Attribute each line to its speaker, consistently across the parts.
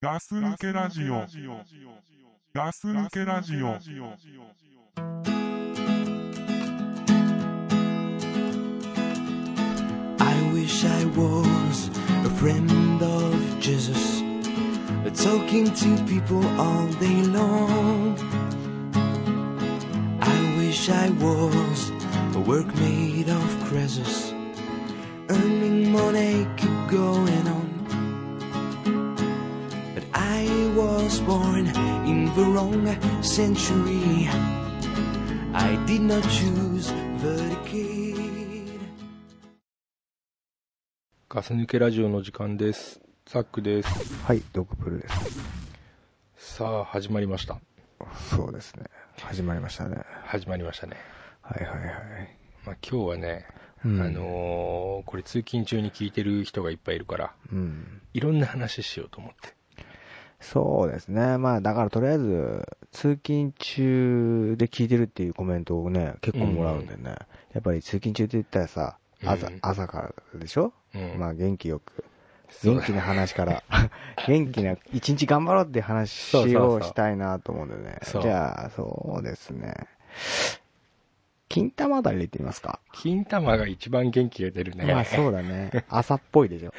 Speaker 1: ガス抜けラジオ。ガス抜けラジオ。
Speaker 2: I wish I was a friend of Jesus, talking to people all day long. I wish I was a work made of creases, earning money, keep going on. But I was born in the wrong century. I did not choose the decade.
Speaker 3: ガス抜けラジオの時間です。ザックです。
Speaker 4: はい、ドッグプルです。
Speaker 3: さあ、始まりました。
Speaker 4: そうですね。始まりましたね。
Speaker 3: 始まりましたね。
Speaker 4: はいはいはい。
Speaker 3: まあ、今日はね、
Speaker 4: うん
Speaker 3: あのーこれ通勤中に聞いてる人がいっぱいいるから、
Speaker 4: うん。
Speaker 3: いろんな話しようと思って。
Speaker 4: そうですね。まあ、だからとりあえず、通勤中で聞いてるっていうコメントをね、結構もらうんでね。やっぱり通勤中って言ったらさ、朝、
Speaker 3: うん
Speaker 4: 朝からでしょ、
Speaker 3: うん
Speaker 4: まあ、元気よく。
Speaker 3: そう
Speaker 4: 元
Speaker 3: だ
Speaker 4: 気な 話から、元気な、一日頑張ろうって話
Speaker 3: そうそう
Speaker 4: を
Speaker 3: そう
Speaker 4: したいなと思うんでね。
Speaker 3: そう
Speaker 4: じゃあ、そうですね。金玉だれ入れてみますか。
Speaker 3: 金玉が一番元気が出るね。
Speaker 4: まあそう だね。朝っぽいでしょ。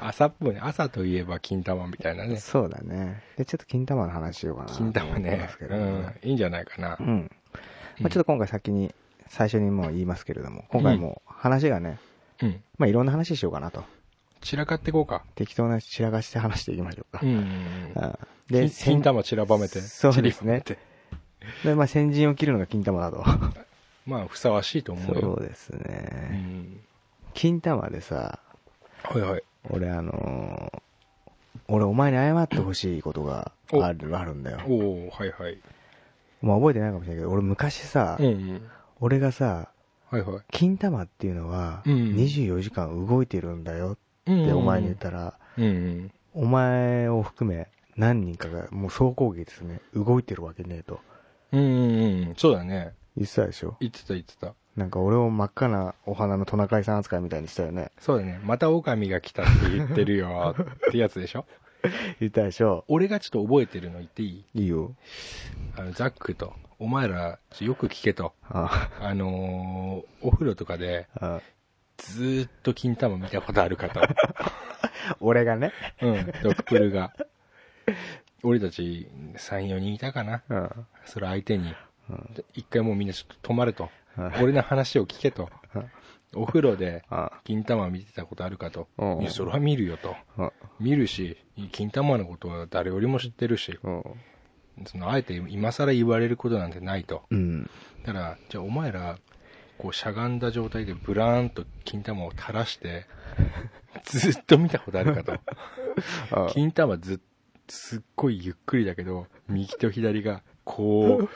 Speaker 3: 朝っぽいね。朝といえば金玉みたいなね。
Speaker 4: そうだね。で、ちょっと金玉の話しようかな。
Speaker 3: 金玉ね。
Speaker 4: う
Speaker 3: うん
Speaker 4: ん。。
Speaker 3: いいんじゃないかな
Speaker 4: う。ん。まあちょっと今回先に、最初にもう言いますけれども、今回もう話がね、
Speaker 3: うん。
Speaker 4: まあいろんな話しようかなと。
Speaker 3: 散らかっていこうか。
Speaker 4: 適当な散らかして話していきましょうか
Speaker 3: う。ん。
Speaker 4: う
Speaker 3: 金
Speaker 4: んで、
Speaker 3: 金
Speaker 4: 先
Speaker 3: 玉散らばめて。
Speaker 4: そうですね
Speaker 3: 散りばめて
Speaker 4: で、まあ先陣を切るのが金玉 だと。
Speaker 3: まあ、ふさわしいと思う
Speaker 4: そ
Speaker 3: よ。
Speaker 4: うです
Speaker 3: う
Speaker 4: ね。
Speaker 3: ん。
Speaker 4: 金玉でさ、
Speaker 3: はいはい。
Speaker 4: 俺あのー俺お前に謝ってほしいことがあるあるんだよ。
Speaker 3: おおはいはい。
Speaker 4: まあ覚えてないかもしれないけど、俺昔さ、
Speaker 3: うんうん。
Speaker 4: 俺がさ、
Speaker 3: はいはい。
Speaker 4: 金玉っていうのは、
Speaker 3: うん
Speaker 4: 24時間動いてるんだよ
Speaker 3: うん
Speaker 4: ってお前に言ったら、
Speaker 3: うんうん。
Speaker 4: お前を含め何人かがもう総攻撃ですね。動いてるわけねえと。
Speaker 3: うんうんうん。そうだね。
Speaker 4: 言ってたでしょ
Speaker 3: 言ってた言ってた。
Speaker 4: なんか俺を真っ赤なお花のトナカイさん扱いみたいにしたよね。
Speaker 3: そうだね。また狼が来たって言ってるよってやつでしょ
Speaker 4: 言ったでしょ
Speaker 3: 俺がちょっと覚えてるの言っていい
Speaker 4: いいよ。
Speaker 3: あの、ザックと、お前ら、ちょよく聞けと。
Speaker 4: あ
Speaker 3: あのーお風呂とかで、
Speaker 4: あ
Speaker 3: ずーっと金玉見たことある かと。
Speaker 4: 俺がね。
Speaker 3: うん、ドクプルが。俺たち、3、4人いたかな。
Speaker 4: うん。
Speaker 3: それ相手に、で一回もうみんなちょっと止まれと
Speaker 4: うん。
Speaker 3: 俺の話を聞けと。お風呂で
Speaker 4: うん、
Speaker 3: 金玉見てたことあるかと。
Speaker 4: うん
Speaker 3: いやそれは見るよと。
Speaker 4: うん
Speaker 3: 見るし、金玉のことは誰よりも知ってるし、
Speaker 4: うん。
Speaker 3: その、あえて今更言われることなんてないと。
Speaker 4: うん。
Speaker 3: だから、じゃあお前ら、こうしゃがんだ状態でブラーンと金玉を垂らして、ずっと見たことあるかと。
Speaker 4: あ
Speaker 3: 金玉ずっすっごいゆっくりだけど、右と左が、こ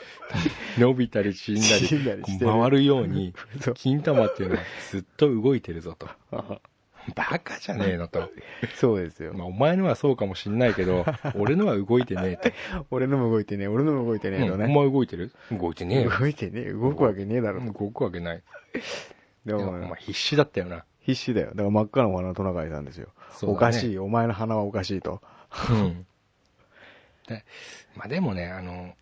Speaker 3: う、伸びたり縮んだり、
Speaker 4: 縮んだりしてる
Speaker 3: こう回るように
Speaker 4: そう、
Speaker 3: 金玉っていうのはずっと動いてるぞと。
Speaker 4: あ
Speaker 3: バカじゃねえのと。
Speaker 4: そうですよ。
Speaker 3: まあ、お前のはそうかもしんないけ ど、俺のは動いてねえ
Speaker 4: 俺のも動いてねえ、俺のも動いて
Speaker 3: と。
Speaker 4: ねえの
Speaker 3: うんお
Speaker 4: ね。
Speaker 3: 前動いてる動いてねえよ。
Speaker 4: 動いてねえ、動くわけねえだろと。
Speaker 3: 動くわけない。
Speaker 4: で
Speaker 3: お
Speaker 4: も、
Speaker 3: 前必死だったよな。
Speaker 4: 必死だよ。だから真っ赤なお花のトナカイさんですよ。
Speaker 3: そうだね
Speaker 4: おかしい、お前の鼻はおかしいと。
Speaker 3: うん。で、まあでもね、あの、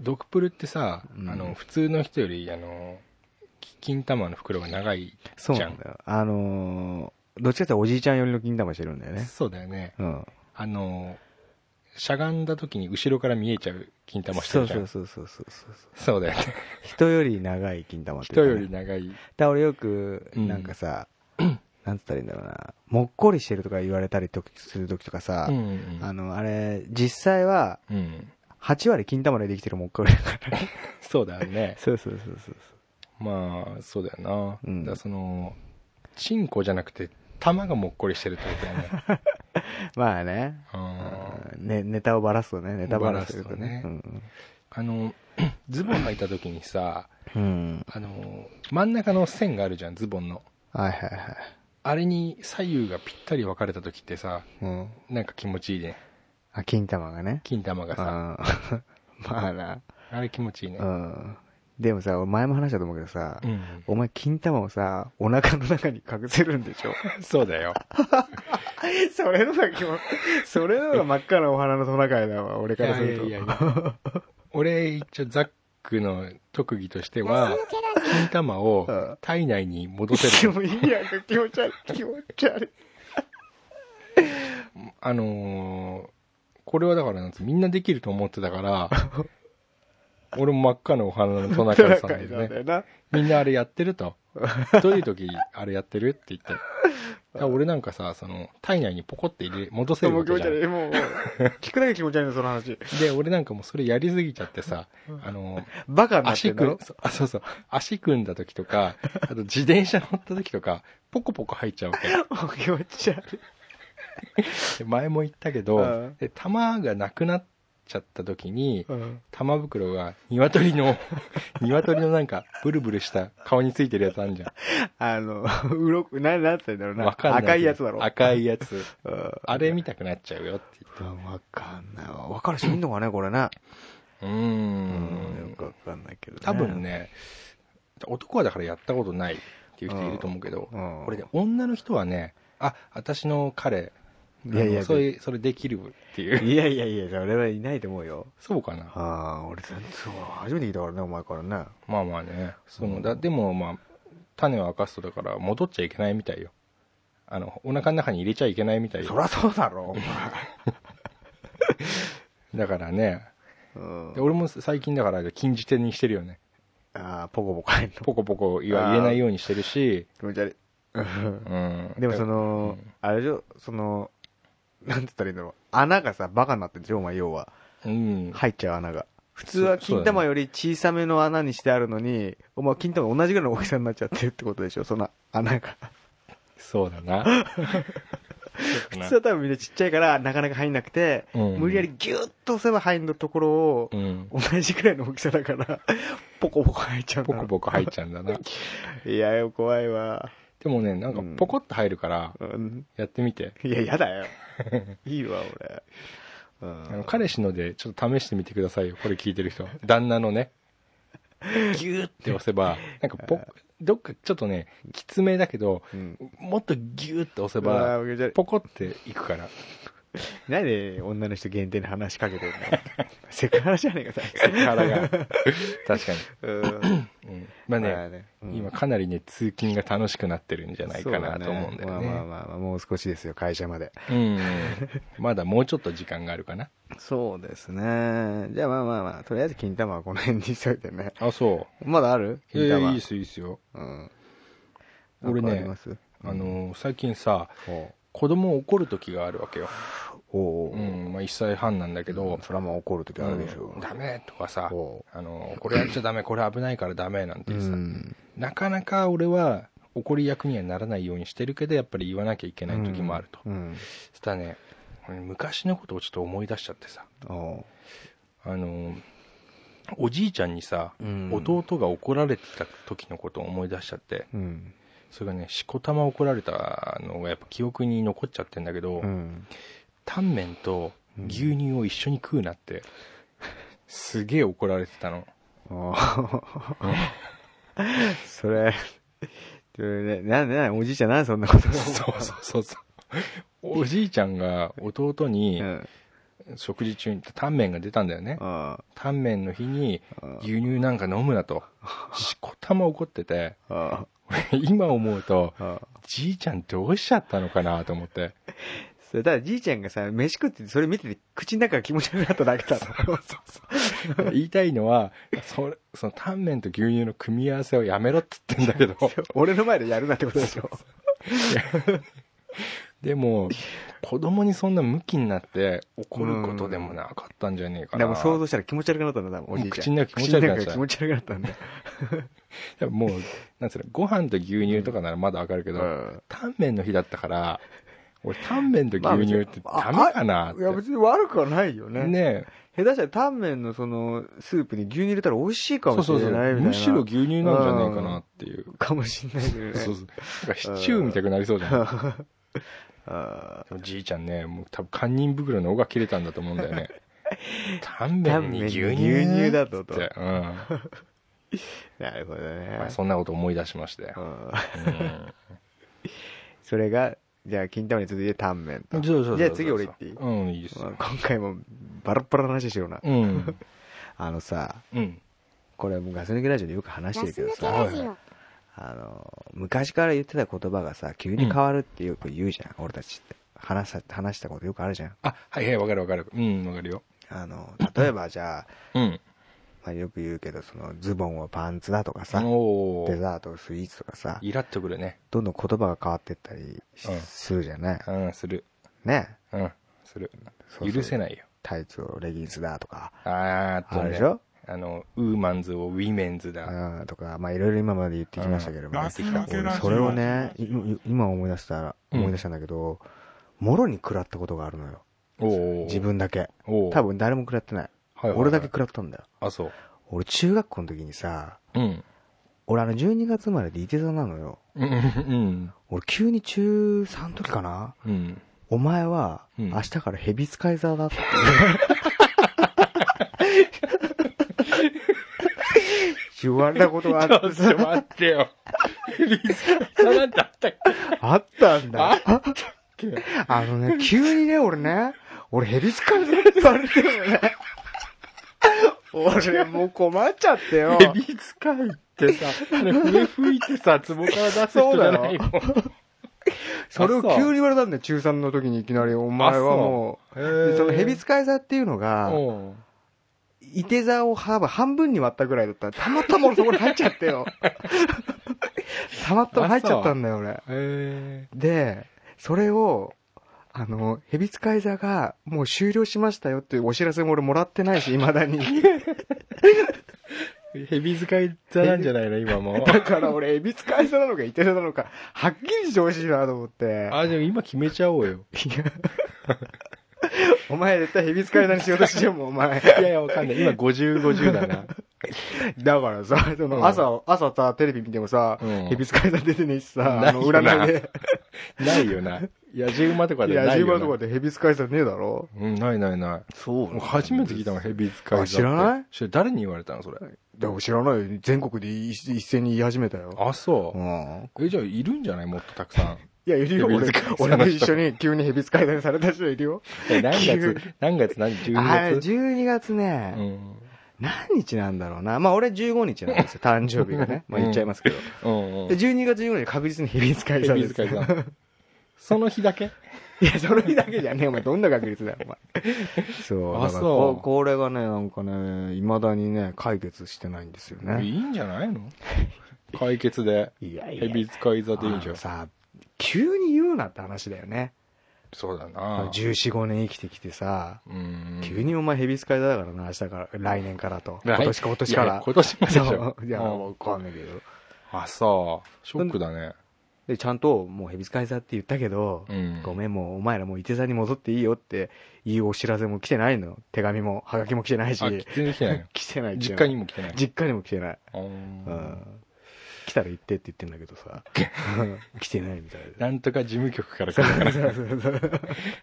Speaker 3: ドクプルってさ、
Speaker 4: うん
Speaker 3: あの、普通の人より、あの、き金玉の袋が長い
Speaker 4: そう
Speaker 3: じ
Speaker 4: な
Speaker 3: ゃ
Speaker 4: んだ
Speaker 3: ん。
Speaker 4: よ。あのー、どっちかっていうとおじいちゃん寄りの金玉してるんだよね。
Speaker 3: そうだよね。
Speaker 4: うん。
Speaker 3: あの、しゃがんだ時に後ろから見えちゃう金玉して
Speaker 4: そ
Speaker 3: る
Speaker 4: う
Speaker 3: じゃん。
Speaker 4: そ
Speaker 3: そうう
Speaker 4: そうそうそうそう。
Speaker 3: だよね。
Speaker 4: 人より長い金玉っていうか
Speaker 3: 人
Speaker 4: ね
Speaker 3: より長い。
Speaker 4: だから俺よく、
Speaker 3: うん
Speaker 4: なんかさ、 なんつったらいいんだろうな、もっこりしてるとか言われたりとするときとかさ、
Speaker 3: うんうん
Speaker 4: あの、あれ、実際は、
Speaker 3: うん。うん。
Speaker 4: 8割金玉でできてるもっこりだから。
Speaker 3: そうだよね。
Speaker 4: そうそうそうそう。
Speaker 3: まあ、そうだよな。
Speaker 4: うん
Speaker 3: だからその、チンコじゃなくて、玉がもっこりしてるってことだよ ね。
Speaker 4: まあね。
Speaker 3: あー
Speaker 4: うんね、ネタをばらすとね、ネタばらすとね。
Speaker 3: ば
Speaker 4: う
Speaker 3: ら
Speaker 4: ん
Speaker 3: あの、 ズボン履いた時にさ、
Speaker 4: うん。
Speaker 3: あの、真ん中の線があるじゃん、ズボンの。
Speaker 4: はいはいはい。
Speaker 3: あれに左右がぴったり分かれた時ってさ、
Speaker 4: うん。
Speaker 3: なんか気持ちいいね。
Speaker 4: あ、金玉がね。
Speaker 3: 金玉がさ、
Speaker 4: あー まあな。
Speaker 3: あれ気持ちいいね
Speaker 4: う。ん。でもさ、俺前も話したと思うけどさ、
Speaker 3: うん。
Speaker 4: お前、金玉をさ、お腹の中に隠せるんでしょ
Speaker 3: そうだよ。
Speaker 4: それのが気も、それのが真っ赤なお花のトナカイだわ、俺
Speaker 3: い
Speaker 4: から
Speaker 3: や
Speaker 4: す
Speaker 3: い
Speaker 4: る
Speaker 3: や
Speaker 4: と。
Speaker 3: いやいや俺、一応、ザックの特技としては、金玉を
Speaker 4: うん
Speaker 3: 体内に戻せる。
Speaker 4: でもいいやんか、気持ち悪い、気持ち悪い。
Speaker 3: あのーこれはだからなんつみんなできると思ってた から、俺も真っ赤なお花のトナ
Speaker 4: ト
Speaker 3: カ
Speaker 4: ナ
Speaker 3: イさん
Speaker 4: カ
Speaker 3: で
Speaker 4: イ
Speaker 3: す
Speaker 4: なん
Speaker 3: ね
Speaker 4: だ。よな。
Speaker 3: みんなあれやってると。どういう時あれやってるって言って。だから俺なんかさ、その、体内にポコって入れ、戻せる
Speaker 4: も
Speaker 3: わ
Speaker 4: う気
Speaker 3: け
Speaker 4: 持
Speaker 3: じ
Speaker 4: ち
Speaker 3: ゃん
Speaker 4: 悪い、もう、聞くだけ気持ち悪いの、その話。
Speaker 3: で、俺なんかもうそれやりすぎちゃってさ、あの、
Speaker 4: バカになって
Speaker 3: 足
Speaker 4: んだ
Speaker 3: 組ん
Speaker 4: ろ、
Speaker 3: そうあそうそう、足組んだ時とか、あと自転車乗った時とか、ポコポコ入っちゃうわけ。
Speaker 4: もう気持ち悪い。
Speaker 3: で前も言ったけ
Speaker 4: う
Speaker 3: ど
Speaker 4: ん、
Speaker 3: で、玉がなくなっちゃった時に、
Speaker 4: うん
Speaker 3: 玉袋が鶏の、 鶏のなんか、ブルブルした顔についてるやつあるじゃ。
Speaker 4: あの、うろこ、な、なんて言うんだろうんな。
Speaker 3: わかんない。
Speaker 4: 赤いやつだろ。
Speaker 3: 赤いやつ。
Speaker 4: うん。
Speaker 3: あれ見たくなっちゃうよって言って。
Speaker 4: わかんないわ。わかる人いんのかね、これな。
Speaker 3: う
Speaker 4: う
Speaker 3: ー
Speaker 4: よ
Speaker 3: ん
Speaker 4: く。わかんないけどね。
Speaker 3: 多分。ね、男はだからやったことないっていう人いると思うけど、
Speaker 4: うん。
Speaker 3: これね、女の人はね、あ、私の彼、
Speaker 4: いやいや
Speaker 3: あのそういう、それできるっていう。
Speaker 4: いやいやいや、それはいないと思うよ。
Speaker 3: そうかな。
Speaker 4: ああ、俺全然、そう初めて聞いたからね、お前からね。
Speaker 3: まあまあね。そ
Speaker 4: うん
Speaker 3: のだでもまあ、種を明かすとだから戻っちゃいけないみたいよ。あの、お腹の中に入れちゃいけないみたい
Speaker 4: そ
Speaker 3: よ。
Speaker 4: らそうだろ、お前。
Speaker 3: だからね、
Speaker 4: うん
Speaker 3: で。俺も最近だから禁じ手にしてるよね。
Speaker 4: ああ、ポコポコ入んの。
Speaker 3: ポコポコ言わ入れないようにしてるし、
Speaker 4: 気持ち悪い。うん
Speaker 3: うん。
Speaker 4: でもそ
Speaker 3: だ
Speaker 4: の、あれでしょ、その、なんつったらいいんだろう。穴がさ、バカになってるでしょ、お前、要は。
Speaker 3: うん。
Speaker 4: 入っちゃう穴が。普通は
Speaker 3: そそうだ
Speaker 4: 金
Speaker 3: ね
Speaker 4: 玉より小さめの穴にしてあるのに、お前金玉同じぐらいの大きさになっちゃってるってことでしょ、その穴が。
Speaker 3: そうだ な。そうだ
Speaker 4: 普
Speaker 3: な
Speaker 4: 通は多分みんなちっちゃいから、なかなか入んなくて、
Speaker 3: うん
Speaker 4: 無理やりギュッと押せば入るところを、
Speaker 3: うん。
Speaker 4: 同じくらいの大きさだから、ポコポコ入っちゃうん
Speaker 3: ポ
Speaker 4: だろ
Speaker 3: コ
Speaker 4: う。
Speaker 3: ポコ入っちゃうんだな。
Speaker 4: いやよ、怖いわ。
Speaker 3: でもね、なんかポコッと入るから、
Speaker 4: うん、
Speaker 3: やってみて。
Speaker 4: いや、や だよ。いいわ、俺。う
Speaker 3: あの
Speaker 4: ん、
Speaker 3: 彼氏ので、ちょっと試してみてくださいよ。これ聞いてる人。旦那のね。ギューって押せば、なんかポッ、どっかちょっとね、きつめだけど、
Speaker 4: うん。
Speaker 3: もっとギューって押せ
Speaker 4: うわ
Speaker 3: ば、
Speaker 4: ー気持ち悪い
Speaker 3: ポコっていくから。
Speaker 4: なんで女の人限定に話しかけ てんのセクハラじゃねえか、
Speaker 3: 腹 が。確か
Speaker 4: うん。
Speaker 3: に。うん。まあ
Speaker 4: まあ
Speaker 3: ね
Speaker 4: ね、うん
Speaker 3: 今かなりね、通勤が楽しくなってるんじゃないかなと思うんだよ
Speaker 4: そうまあ
Speaker 3: ね。
Speaker 4: まあまあまあ、もう少しですよ、会社まで。
Speaker 3: うん。まだもうちょっと時間があるかな。
Speaker 4: そうですね。じゃあまあまあまあ、とりあえず金玉はこの辺にしといてね。
Speaker 3: あ、そ
Speaker 4: まだある
Speaker 3: う。
Speaker 4: 金
Speaker 3: いやい
Speaker 4: 玉。
Speaker 3: やいいっすよ、いいっすよ。
Speaker 4: うん。
Speaker 3: 俺ね
Speaker 4: なんかあります
Speaker 3: あ、のー、最近さ、
Speaker 4: ほ
Speaker 3: 子供を怒る時があるわけよ。
Speaker 4: うおうおう
Speaker 3: うん、まあ1歳半なんだけど、
Speaker 4: それはもう怒るときあるでしょ。
Speaker 3: ダメとかさ
Speaker 4: おう、
Speaker 3: あの、これやっちゃダメ、これ危ないからダメなん
Speaker 4: う
Speaker 3: てさ、
Speaker 4: ん。
Speaker 3: なかなか俺は怒り役にはならないようにしてるけど、やっぱり言わなきゃいけない時もあると。
Speaker 4: うん。
Speaker 3: そしたらね、俺昔のことをちょっと思い出しちゃってさ、
Speaker 4: おう
Speaker 3: あの、おじいちゃんにさ、
Speaker 4: うん
Speaker 3: 弟が怒られてた時のことを思い出しちゃって、
Speaker 4: うん。
Speaker 3: それがね、しこたま怒られたのがやっぱ記憶に残っちゃってんだけど、
Speaker 4: うん。
Speaker 3: タンメンと牛乳を一緒に食うなって、すげえ怒られてたの。
Speaker 4: おーそれ、それね、なんでなんでおじいちゃんなんでそんなこと
Speaker 3: そうそうそうそう。おじいちゃんが弟に
Speaker 4: うん。
Speaker 3: 食事中にタンメンが出たんだよね。
Speaker 4: あ
Speaker 3: タンメンの日に
Speaker 4: うん
Speaker 3: 牛乳なんか飲むなと。しこたま怒ってて、
Speaker 4: あ、あ
Speaker 3: 俺 今思うと、
Speaker 4: あ、ああ。
Speaker 3: じいちゃんどうしちゃったのかなと思って。
Speaker 4: それ、ただじいちゃんがさ、飯食っててそれ見てて、口の中が気持ち悪くなっただけだ ろ。
Speaker 3: 言いたいのは、それそのタンメンと牛乳の組み合わせをやめろって言ってんだけ ど。
Speaker 4: 俺の前でやるなってことでしょ。
Speaker 3: でも、子供にそんなムキになって怒ることでもなかったんじゃねえか
Speaker 4: で
Speaker 3: な。
Speaker 4: も想像したら気持ち悪くなったんだ、多分おじいちゃ
Speaker 3: 口
Speaker 4: ん。
Speaker 3: の中気持ち悪くなっちゃう
Speaker 4: 口の中が気持ち悪くなったんだ。
Speaker 3: でももう、なんつうの、ご飯と牛乳とかならまだわかるけど、
Speaker 4: うん
Speaker 3: タンメンの日だったから、俺タンメンと牛乳ってダメかなって。
Speaker 4: いや、別に悪くはないよね。
Speaker 3: ね
Speaker 4: 下手したらタンメンのその、スープに牛乳入れたら美味しいか
Speaker 3: そ
Speaker 4: も
Speaker 3: う
Speaker 4: し
Speaker 3: そ
Speaker 4: れ
Speaker 3: うそう。
Speaker 4: ないみたいな。
Speaker 3: むしろ牛乳なんじゃねえかなっていう。
Speaker 4: かもしん ないけどね。
Speaker 3: そうそう。なんかシチューみたくなりそうじゃん。
Speaker 4: あ
Speaker 3: でもじいちゃんね、もう多分堪忍袋の尾が切れたん だと思うんだよね。タン
Speaker 4: ー
Speaker 3: メ
Speaker 4: タ
Speaker 3: ン
Speaker 4: ン
Speaker 3: に
Speaker 4: メンに
Speaker 3: 牛乳
Speaker 4: 牛乳だと
Speaker 3: っ
Speaker 4: と。
Speaker 3: て。うん。
Speaker 4: なるほどね。
Speaker 3: まあそんなこと思い出しました
Speaker 4: う
Speaker 3: よ。
Speaker 4: ん
Speaker 3: うん
Speaker 4: それが、じゃあ、金玉に続いてタンメン
Speaker 3: そう
Speaker 4: と。
Speaker 3: そうそうそう
Speaker 4: じゃあ次俺言っていい
Speaker 3: うん、いいです
Speaker 4: まあ
Speaker 3: よ。
Speaker 4: 今回もバラッバラの話しような。
Speaker 3: うん。
Speaker 4: あのさ、
Speaker 3: うん。
Speaker 4: これもうガス抜けラジオでよく話してるけど
Speaker 3: ガス抜けラ
Speaker 4: さ
Speaker 3: ジオ、
Speaker 4: あの、昔から言ってた言葉がさ、急に変わるってよく言うじゃん、俺たちって。話さ、話したことよくあるじゃん。
Speaker 3: あ、はいはい、わかるわかる。うん、わかるよ。
Speaker 4: あの、例えばじゃあ、
Speaker 3: うん。
Speaker 4: まあ、よく言うけど、その、ズボンはパンツだとかさ、
Speaker 3: お
Speaker 4: デ
Speaker 3: ー。
Speaker 4: ザート、スイーツとかさ、
Speaker 3: イラっとくるね。
Speaker 4: どんどん言葉が変わってったりし
Speaker 3: うん
Speaker 4: するじゃない、
Speaker 3: うん、する。
Speaker 4: ね。
Speaker 3: うん、する
Speaker 4: そう。そう
Speaker 3: 許せないよ。
Speaker 4: タイツをレギンスだとか、
Speaker 3: あーっとね
Speaker 4: あるでしょ
Speaker 3: あの、ウーマンズをウィメンズだ。
Speaker 4: うん、とか、まあいろいろ今まで言ってきましたけれど
Speaker 1: う
Speaker 4: も、
Speaker 1: ん
Speaker 4: ね
Speaker 1: ガス抜けラジオ
Speaker 4: それをね、い今思い出したら、
Speaker 3: うん
Speaker 4: 思い出したんだけど、もろに食らったことがあるのよ。
Speaker 3: おお
Speaker 4: 自。分だけ。
Speaker 3: おお。
Speaker 4: 多。分誰も食らってない。
Speaker 3: はいはいはい
Speaker 4: 俺だけ食らったんだよ。
Speaker 3: あ、そう。
Speaker 4: 俺中学校の時にさ、
Speaker 3: うん。
Speaker 4: 俺あの12月生まれでいて座なのよ。
Speaker 3: うん。うん
Speaker 4: 俺急に中3の時かな
Speaker 3: うん。
Speaker 4: お前は、
Speaker 3: うん
Speaker 4: 明日からヘビ使い座だって。言われたことがあ
Speaker 3: ちょっ
Speaker 4: っ
Speaker 3: と待ってよ。ビザなんてあ ったっけ
Speaker 4: あったん
Speaker 3: あ
Speaker 4: だ。あのね、急にね、俺ね、俺ヘビ使い座って言われてるね。俺もう困っちゃってよ。
Speaker 3: ヘビ使いってさ、あれ笛吹いてさ、壺から出す人じゃないの。
Speaker 4: それを
Speaker 3: あ
Speaker 4: 急に言われたんだよ、中3の時にいきなり、お前はもう。
Speaker 3: へ
Speaker 4: で
Speaker 3: ー
Speaker 4: そのヘビ使い座っていうのが、
Speaker 3: おう
Speaker 4: いて座を半分半分に割ったぐらいだったら、たまたま俺そこに入っちゃっ てよ。たまたま入っちゃったんだよ、俺。
Speaker 3: へ
Speaker 4: で、それを、あの、ヘビ使い座がもう終了しましたよっていうお知らせも俺もらってないし、未だに。
Speaker 3: ーヘビ使い座なんじゃないの今も。
Speaker 4: だから俺、ヘビ使い座なのか、いて座なのか、はっきりしてほしいなと思って。
Speaker 3: あ、でも今決めちゃおうよ。
Speaker 4: いやお前絶対ヘビ使い座にしようとしてるもん、お前。
Speaker 3: いやいや、わかんない。今50、50だな。
Speaker 4: だからさ、その朝、朝さ、テレビ見てもさ、
Speaker 3: うん
Speaker 4: ヘビ使い座出てねえしさ、
Speaker 3: ない
Speaker 4: あ
Speaker 3: よ
Speaker 4: の、占いで。
Speaker 3: ないよな。野獣馬とか
Speaker 4: い
Speaker 3: で
Speaker 4: や、
Speaker 3: ない
Speaker 4: 10
Speaker 3: よな。
Speaker 4: 番とかでヘビ使い座ねえだろ
Speaker 3: うん、ないないない。
Speaker 4: そう
Speaker 3: もう初めて聞いたの、ヘビ使いだって。
Speaker 4: あ知らない
Speaker 3: 知誰に言われたの、それ。
Speaker 4: でも知らないよ。全国で一一斉に言い始めたよ。
Speaker 3: あ、そうう。
Speaker 4: ん。
Speaker 3: え、じゃあ、いるんじゃないもっとたくさん。
Speaker 4: いや、いるよ、
Speaker 3: ヘ
Speaker 4: 俺
Speaker 3: ビ使い座の。人
Speaker 4: 俺も一緒に急にヘビ使い座にされた人いるよ。
Speaker 3: え何
Speaker 4: 急
Speaker 3: 月、何月、何、
Speaker 4: あ
Speaker 3: 12
Speaker 4: れ、
Speaker 3: 月
Speaker 4: 12月
Speaker 3: う
Speaker 4: ね、
Speaker 3: ん。
Speaker 4: 何日なんだろうな。まあ、俺15日なんですよ、誕生日がね。まあ、言っちゃいますけど。
Speaker 3: うんう
Speaker 4: で
Speaker 3: ん。
Speaker 4: 12月15日確実にヘビ使い
Speaker 3: ヘ
Speaker 4: 座
Speaker 3: ビ
Speaker 4: です。
Speaker 3: 使いだ。その日だけ
Speaker 4: いや、その日だけじゃねえ、お前、どんな確率だよ、お前。そう。
Speaker 3: あ
Speaker 4: だから
Speaker 3: そう
Speaker 4: ここれがね、なんかね、未だにね、解決してないんですよ
Speaker 3: い
Speaker 4: ね。
Speaker 3: いんじゃないの解決で。
Speaker 4: いやい
Speaker 3: ヘ
Speaker 4: や
Speaker 3: ビ使い座でいいじゃ
Speaker 4: あの
Speaker 3: ん。
Speaker 4: さ、急に言うなって話だよね。
Speaker 3: そうだな。
Speaker 4: 14、5年生きてきてさ、
Speaker 3: うん。
Speaker 4: 急にお前ヘビ使いだからな、明日から、来年からと。
Speaker 3: 来
Speaker 4: 今年か、今年か
Speaker 3: いやいや
Speaker 4: ら。
Speaker 3: 今年もでしょ
Speaker 4: そ。ういや、
Speaker 3: うん
Speaker 4: わかんないけど。
Speaker 3: あ、そう。ショックだね。
Speaker 4: で、ちゃんと、もうヘビ使い座って言ったけど、
Speaker 3: うん。
Speaker 4: ごめん、もうお前らもういて座に戻っていいよっていうお知らせも来てないの。手紙も、はがきも来てないし。。
Speaker 3: あ、全然来てないの
Speaker 4: 来てない
Speaker 3: 実家にも来てない。
Speaker 4: 実家にも来てない、
Speaker 3: うん
Speaker 4: うん、来たら行ってって言ってんだけどさ 来てないみたいで
Speaker 3: なんとか事務局から来るから。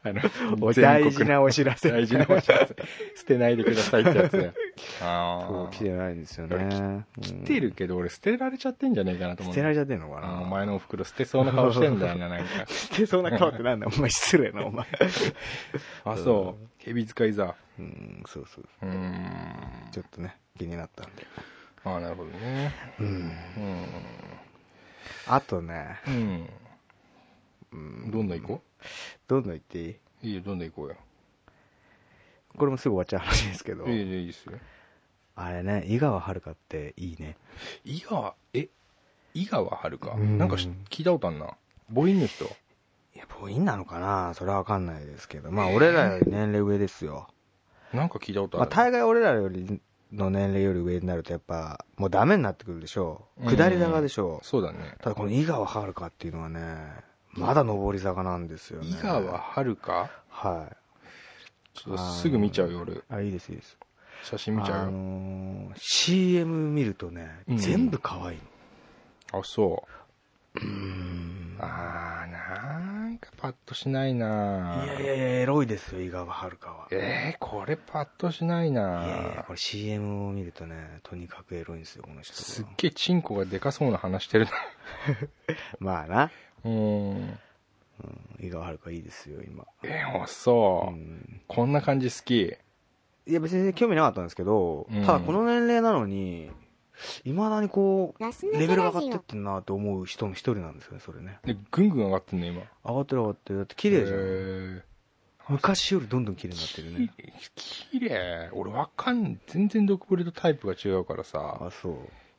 Speaker 3: あの
Speaker 4: お大事
Speaker 3: 全国
Speaker 4: な
Speaker 3: の
Speaker 4: お知らせ
Speaker 3: 大事なお知らせ。捨てないでくださいってやつで。
Speaker 4: そ
Speaker 3: あ
Speaker 4: う
Speaker 3: あ。
Speaker 4: 来てないんですよね来
Speaker 3: 来てるけど、俺捨てられちゃってんじゃねえかなと思う。
Speaker 4: 捨てられちゃってんのか
Speaker 3: あーお
Speaker 4: な
Speaker 3: 前のお袋捨てそうな顔してんだよな、なんか。
Speaker 4: 捨てそうな顔ってなんだよお前失礼なお前
Speaker 3: あ、そう。蛇使い座。
Speaker 4: うんそうそう
Speaker 3: うーん。
Speaker 4: ちょっとね気になったんで
Speaker 3: ああ、なるほどね。
Speaker 4: あとね
Speaker 3: うん。うん。どんどん行こ
Speaker 4: どんどん言っていいう
Speaker 3: いいよ、どんどん行こうよ。
Speaker 4: これもすぐ終わっちゃう話ですけど
Speaker 3: いいよいいですよ。
Speaker 4: あれね井川遥っていいね
Speaker 3: 伊賀、え伊賀は春か。
Speaker 4: うん
Speaker 3: なんかし聞いたことあんな。母音の人。
Speaker 4: いや母音なのかなそれはわかんないですけどまあ俺らより年齢上ですよ
Speaker 3: なんか聞いたこと
Speaker 4: ま
Speaker 3: あ
Speaker 4: あ、
Speaker 3: る。
Speaker 4: 大概俺らよりの年齢より上になるとやっぱもうダメになってくるでしょう下り坂でしょう
Speaker 3: そうだね。
Speaker 4: ただこの井川遥っていうのはねまだ上り坂なんですよね
Speaker 3: 伊賀は春か
Speaker 4: はい
Speaker 3: ちょっとすぐ見ちゃうよ、俺。
Speaker 4: あいいですいいです
Speaker 3: 写真見ちゃ
Speaker 4: あ
Speaker 3: うよ。
Speaker 4: のー CM 見るとね、
Speaker 3: うん
Speaker 4: 全部可愛いの
Speaker 3: あ、そう。あー、なんなんかパッとしないなぁ
Speaker 4: いやいやいや、エロいですよ、井川遥は。いやい
Speaker 3: えー、これパッとしないなぁ
Speaker 4: や、これ CM を見るとね、とにかくエロいんですよ、この人
Speaker 3: すっ
Speaker 4: は。
Speaker 3: げえチンコがでかそうな話してる な。
Speaker 4: まあな、
Speaker 3: うーん。
Speaker 4: うん、井川遥いいですよ、今。
Speaker 3: えー、そうう、
Speaker 4: ん、
Speaker 3: こんな感じ好き。
Speaker 4: いや、別に興味なかったんですけど、
Speaker 3: うん
Speaker 4: ただこの年齢なのに、いまだにこう、
Speaker 5: ガス
Speaker 4: レ
Speaker 5: 抜
Speaker 4: ベ
Speaker 5: け
Speaker 4: ルが
Speaker 5: ラ
Speaker 4: 上がって
Speaker 5: ジ
Speaker 4: っ
Speaker 5: オ。
Speaker 4: てんなと思う人の一人なんですよね、それね。
Speaker 3: で、ぐんぐん上がってんの、今。
Speaker 4: 上がってる上がってる。だって綺麗じゃん。
Speaker 3: え
Speaker 4: 昔よりどんどん綺麗になってる
Speaker 3: ー
Speaker 4: ね。
Speaker 3: き綺麗。俺わかん、全然ドクプレとタイプが違うからさ
Speaker 4: あ、、そう。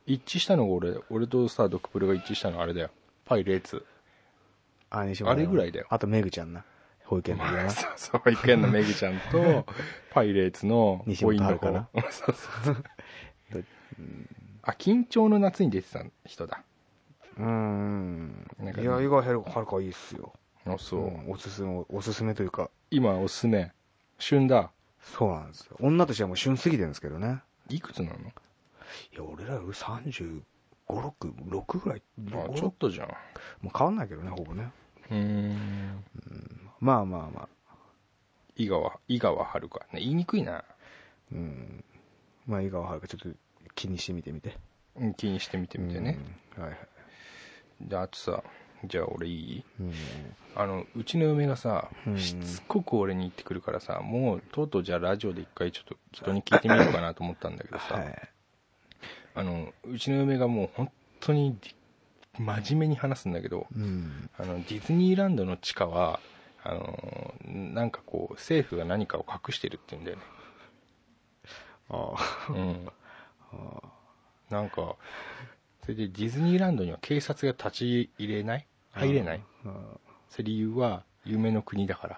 Speaker 3: 一致したのが俺、俺とさ、ドクプレが一致したのあれだよ。パイレーツ。
Speaker 4: あ、西村
Speaker 3: あれぐらいだよ
Speaker 4: あと、メグちゃんな。保育園の家な。
Speaker 3: そう そう、保育園のメグちゃん と、パイレーツの
Speaker 4: 西
Speaker 3: ボイ
Speaker 4: 本
Speaker 3: ンの
Speaker 4: 遥
Speaker 3: 子。
Speaker 4: かな
Speaker 3: そうそうそう。あ、緊張の夏に出てた人だ。
Speaker 4: うーん。
Speaker 3: なんか
Speaker 4: いや、井川遥はいいっすよ。
Speaker 3: あそう。
Speaker 4: んおすすめ、おすすめというか、
Speaker 3: 今おすすめ。旬だ。
Speaker 4: そうなんですよ。女としてはもう旬すぎてるんですけどね。
Speaker 3: いくつなの
Speaker 4: いや、俺らより35、6、6ぐらい。
Speaker 3: あ、
Speaker 4: 5
Speaker 3: ちょっとじゃん。
Speaker 4: もう変わんないけどね、ほぼね。
Speaker 3: うーん。
Speaker 4: まあまあまあ。
Speaker 3: 井川、井川遥か。ね、言いにくいな。
Speaker 4: うん。まあ、井川遥ちょっと気にしてみてみて。
Speaker 3: うん気にしてみてみてね。
Speaker 4: うん。はいはい。
Speaker 3: で、あとさ、じゃあ俺いい
Speaker 4: うん。
Speaker 3: あの、うちの嫁がさ
Speaker 4: う、ん
Speaker 3: しつこく俺に言ってくるからさ、もう、とうとうじゃあラジオで一回ちょっと人に聞いてみようかなと思ったんだけどさ、
Speaker 4: はい。
Speaker 3: あの、うちの嫁がもう本当にディ、真面目に話すんだけど、
Speaker 4: うん。
Speaker 3: あの、ディズニーランドの地下は、あの、なんかこう、政府が何かを隠してるって言うんだよね。
Speaker 4: ああ。
Speaker 3: うん。なんか、それでディズニーランドには警察が立ち入れない入れない
Speaker 4: うん
Speaker 3: それ理由は夢の国だ か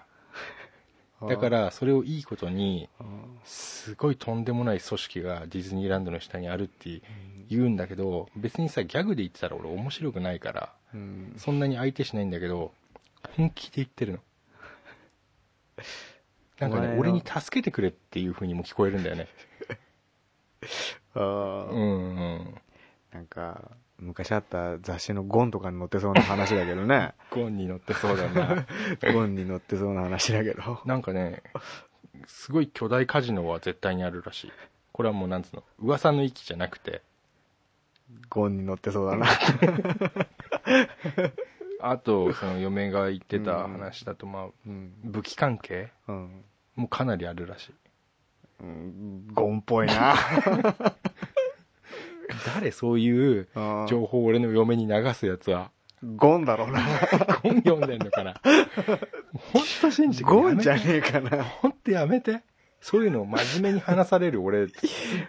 Speaker 3: ら。だから、それをいいことに、すごいとんでもない組織がディズニーランドの下にあるって言うんだけど、別にさ、ギャグで言ってたら俺面白くないから、
Speaker 4: うん。
Speaker 3: そんなに相手しないんだけど、本気で言って るの。なんか
Speaker 4: お前
Speaker 3: ね、
Speaker 4: の
Speaker 3: 俺に助けてくれっていう風にも聞こえるんだよ ね。
Speaker 4: ああ
Speaker 3: うん、うん。
Speaker 4: なんか、昔あった雑誌のゴンとかに載ってそうな話だけど ね。
Speaker 3: ゴンに乗ってそうだな。
Speaker 4: ゴンに載ってそうな話だけど。
Speaker 3: なんかね、すごい巨大カジノは絶対にあるらしい。これはもうなんつうの、噂の域じゃなくて、
Speaker 4: ゴンに載ってそうだな。
Speaker 3: あと、その嫁が言ってた
Speaker 4: うん
Speaker 3: 話だと、まあ、
Speaker 4: うん。
Speaker 3: 武器関係
Speaker 4: うん。
Speaker 3: もかなりあるらしい。
Speaker 4: うんゴンっぽい な。
Speaker 3: 誰そういう
Speaker 4: うん
Speaker 3: 情報を俺の嫁に流すやつは、
Speaker 4: ゴンだろうな。
Speaker 3: ゴン読んでんのかな。ほんと信じて
Speaker 4: ゴンじゃ
Speaker 3: ん
Speaker 4: ねえかな。
Speaker 3: ほんとやめて。そういうのを真面目に話される俺、すっ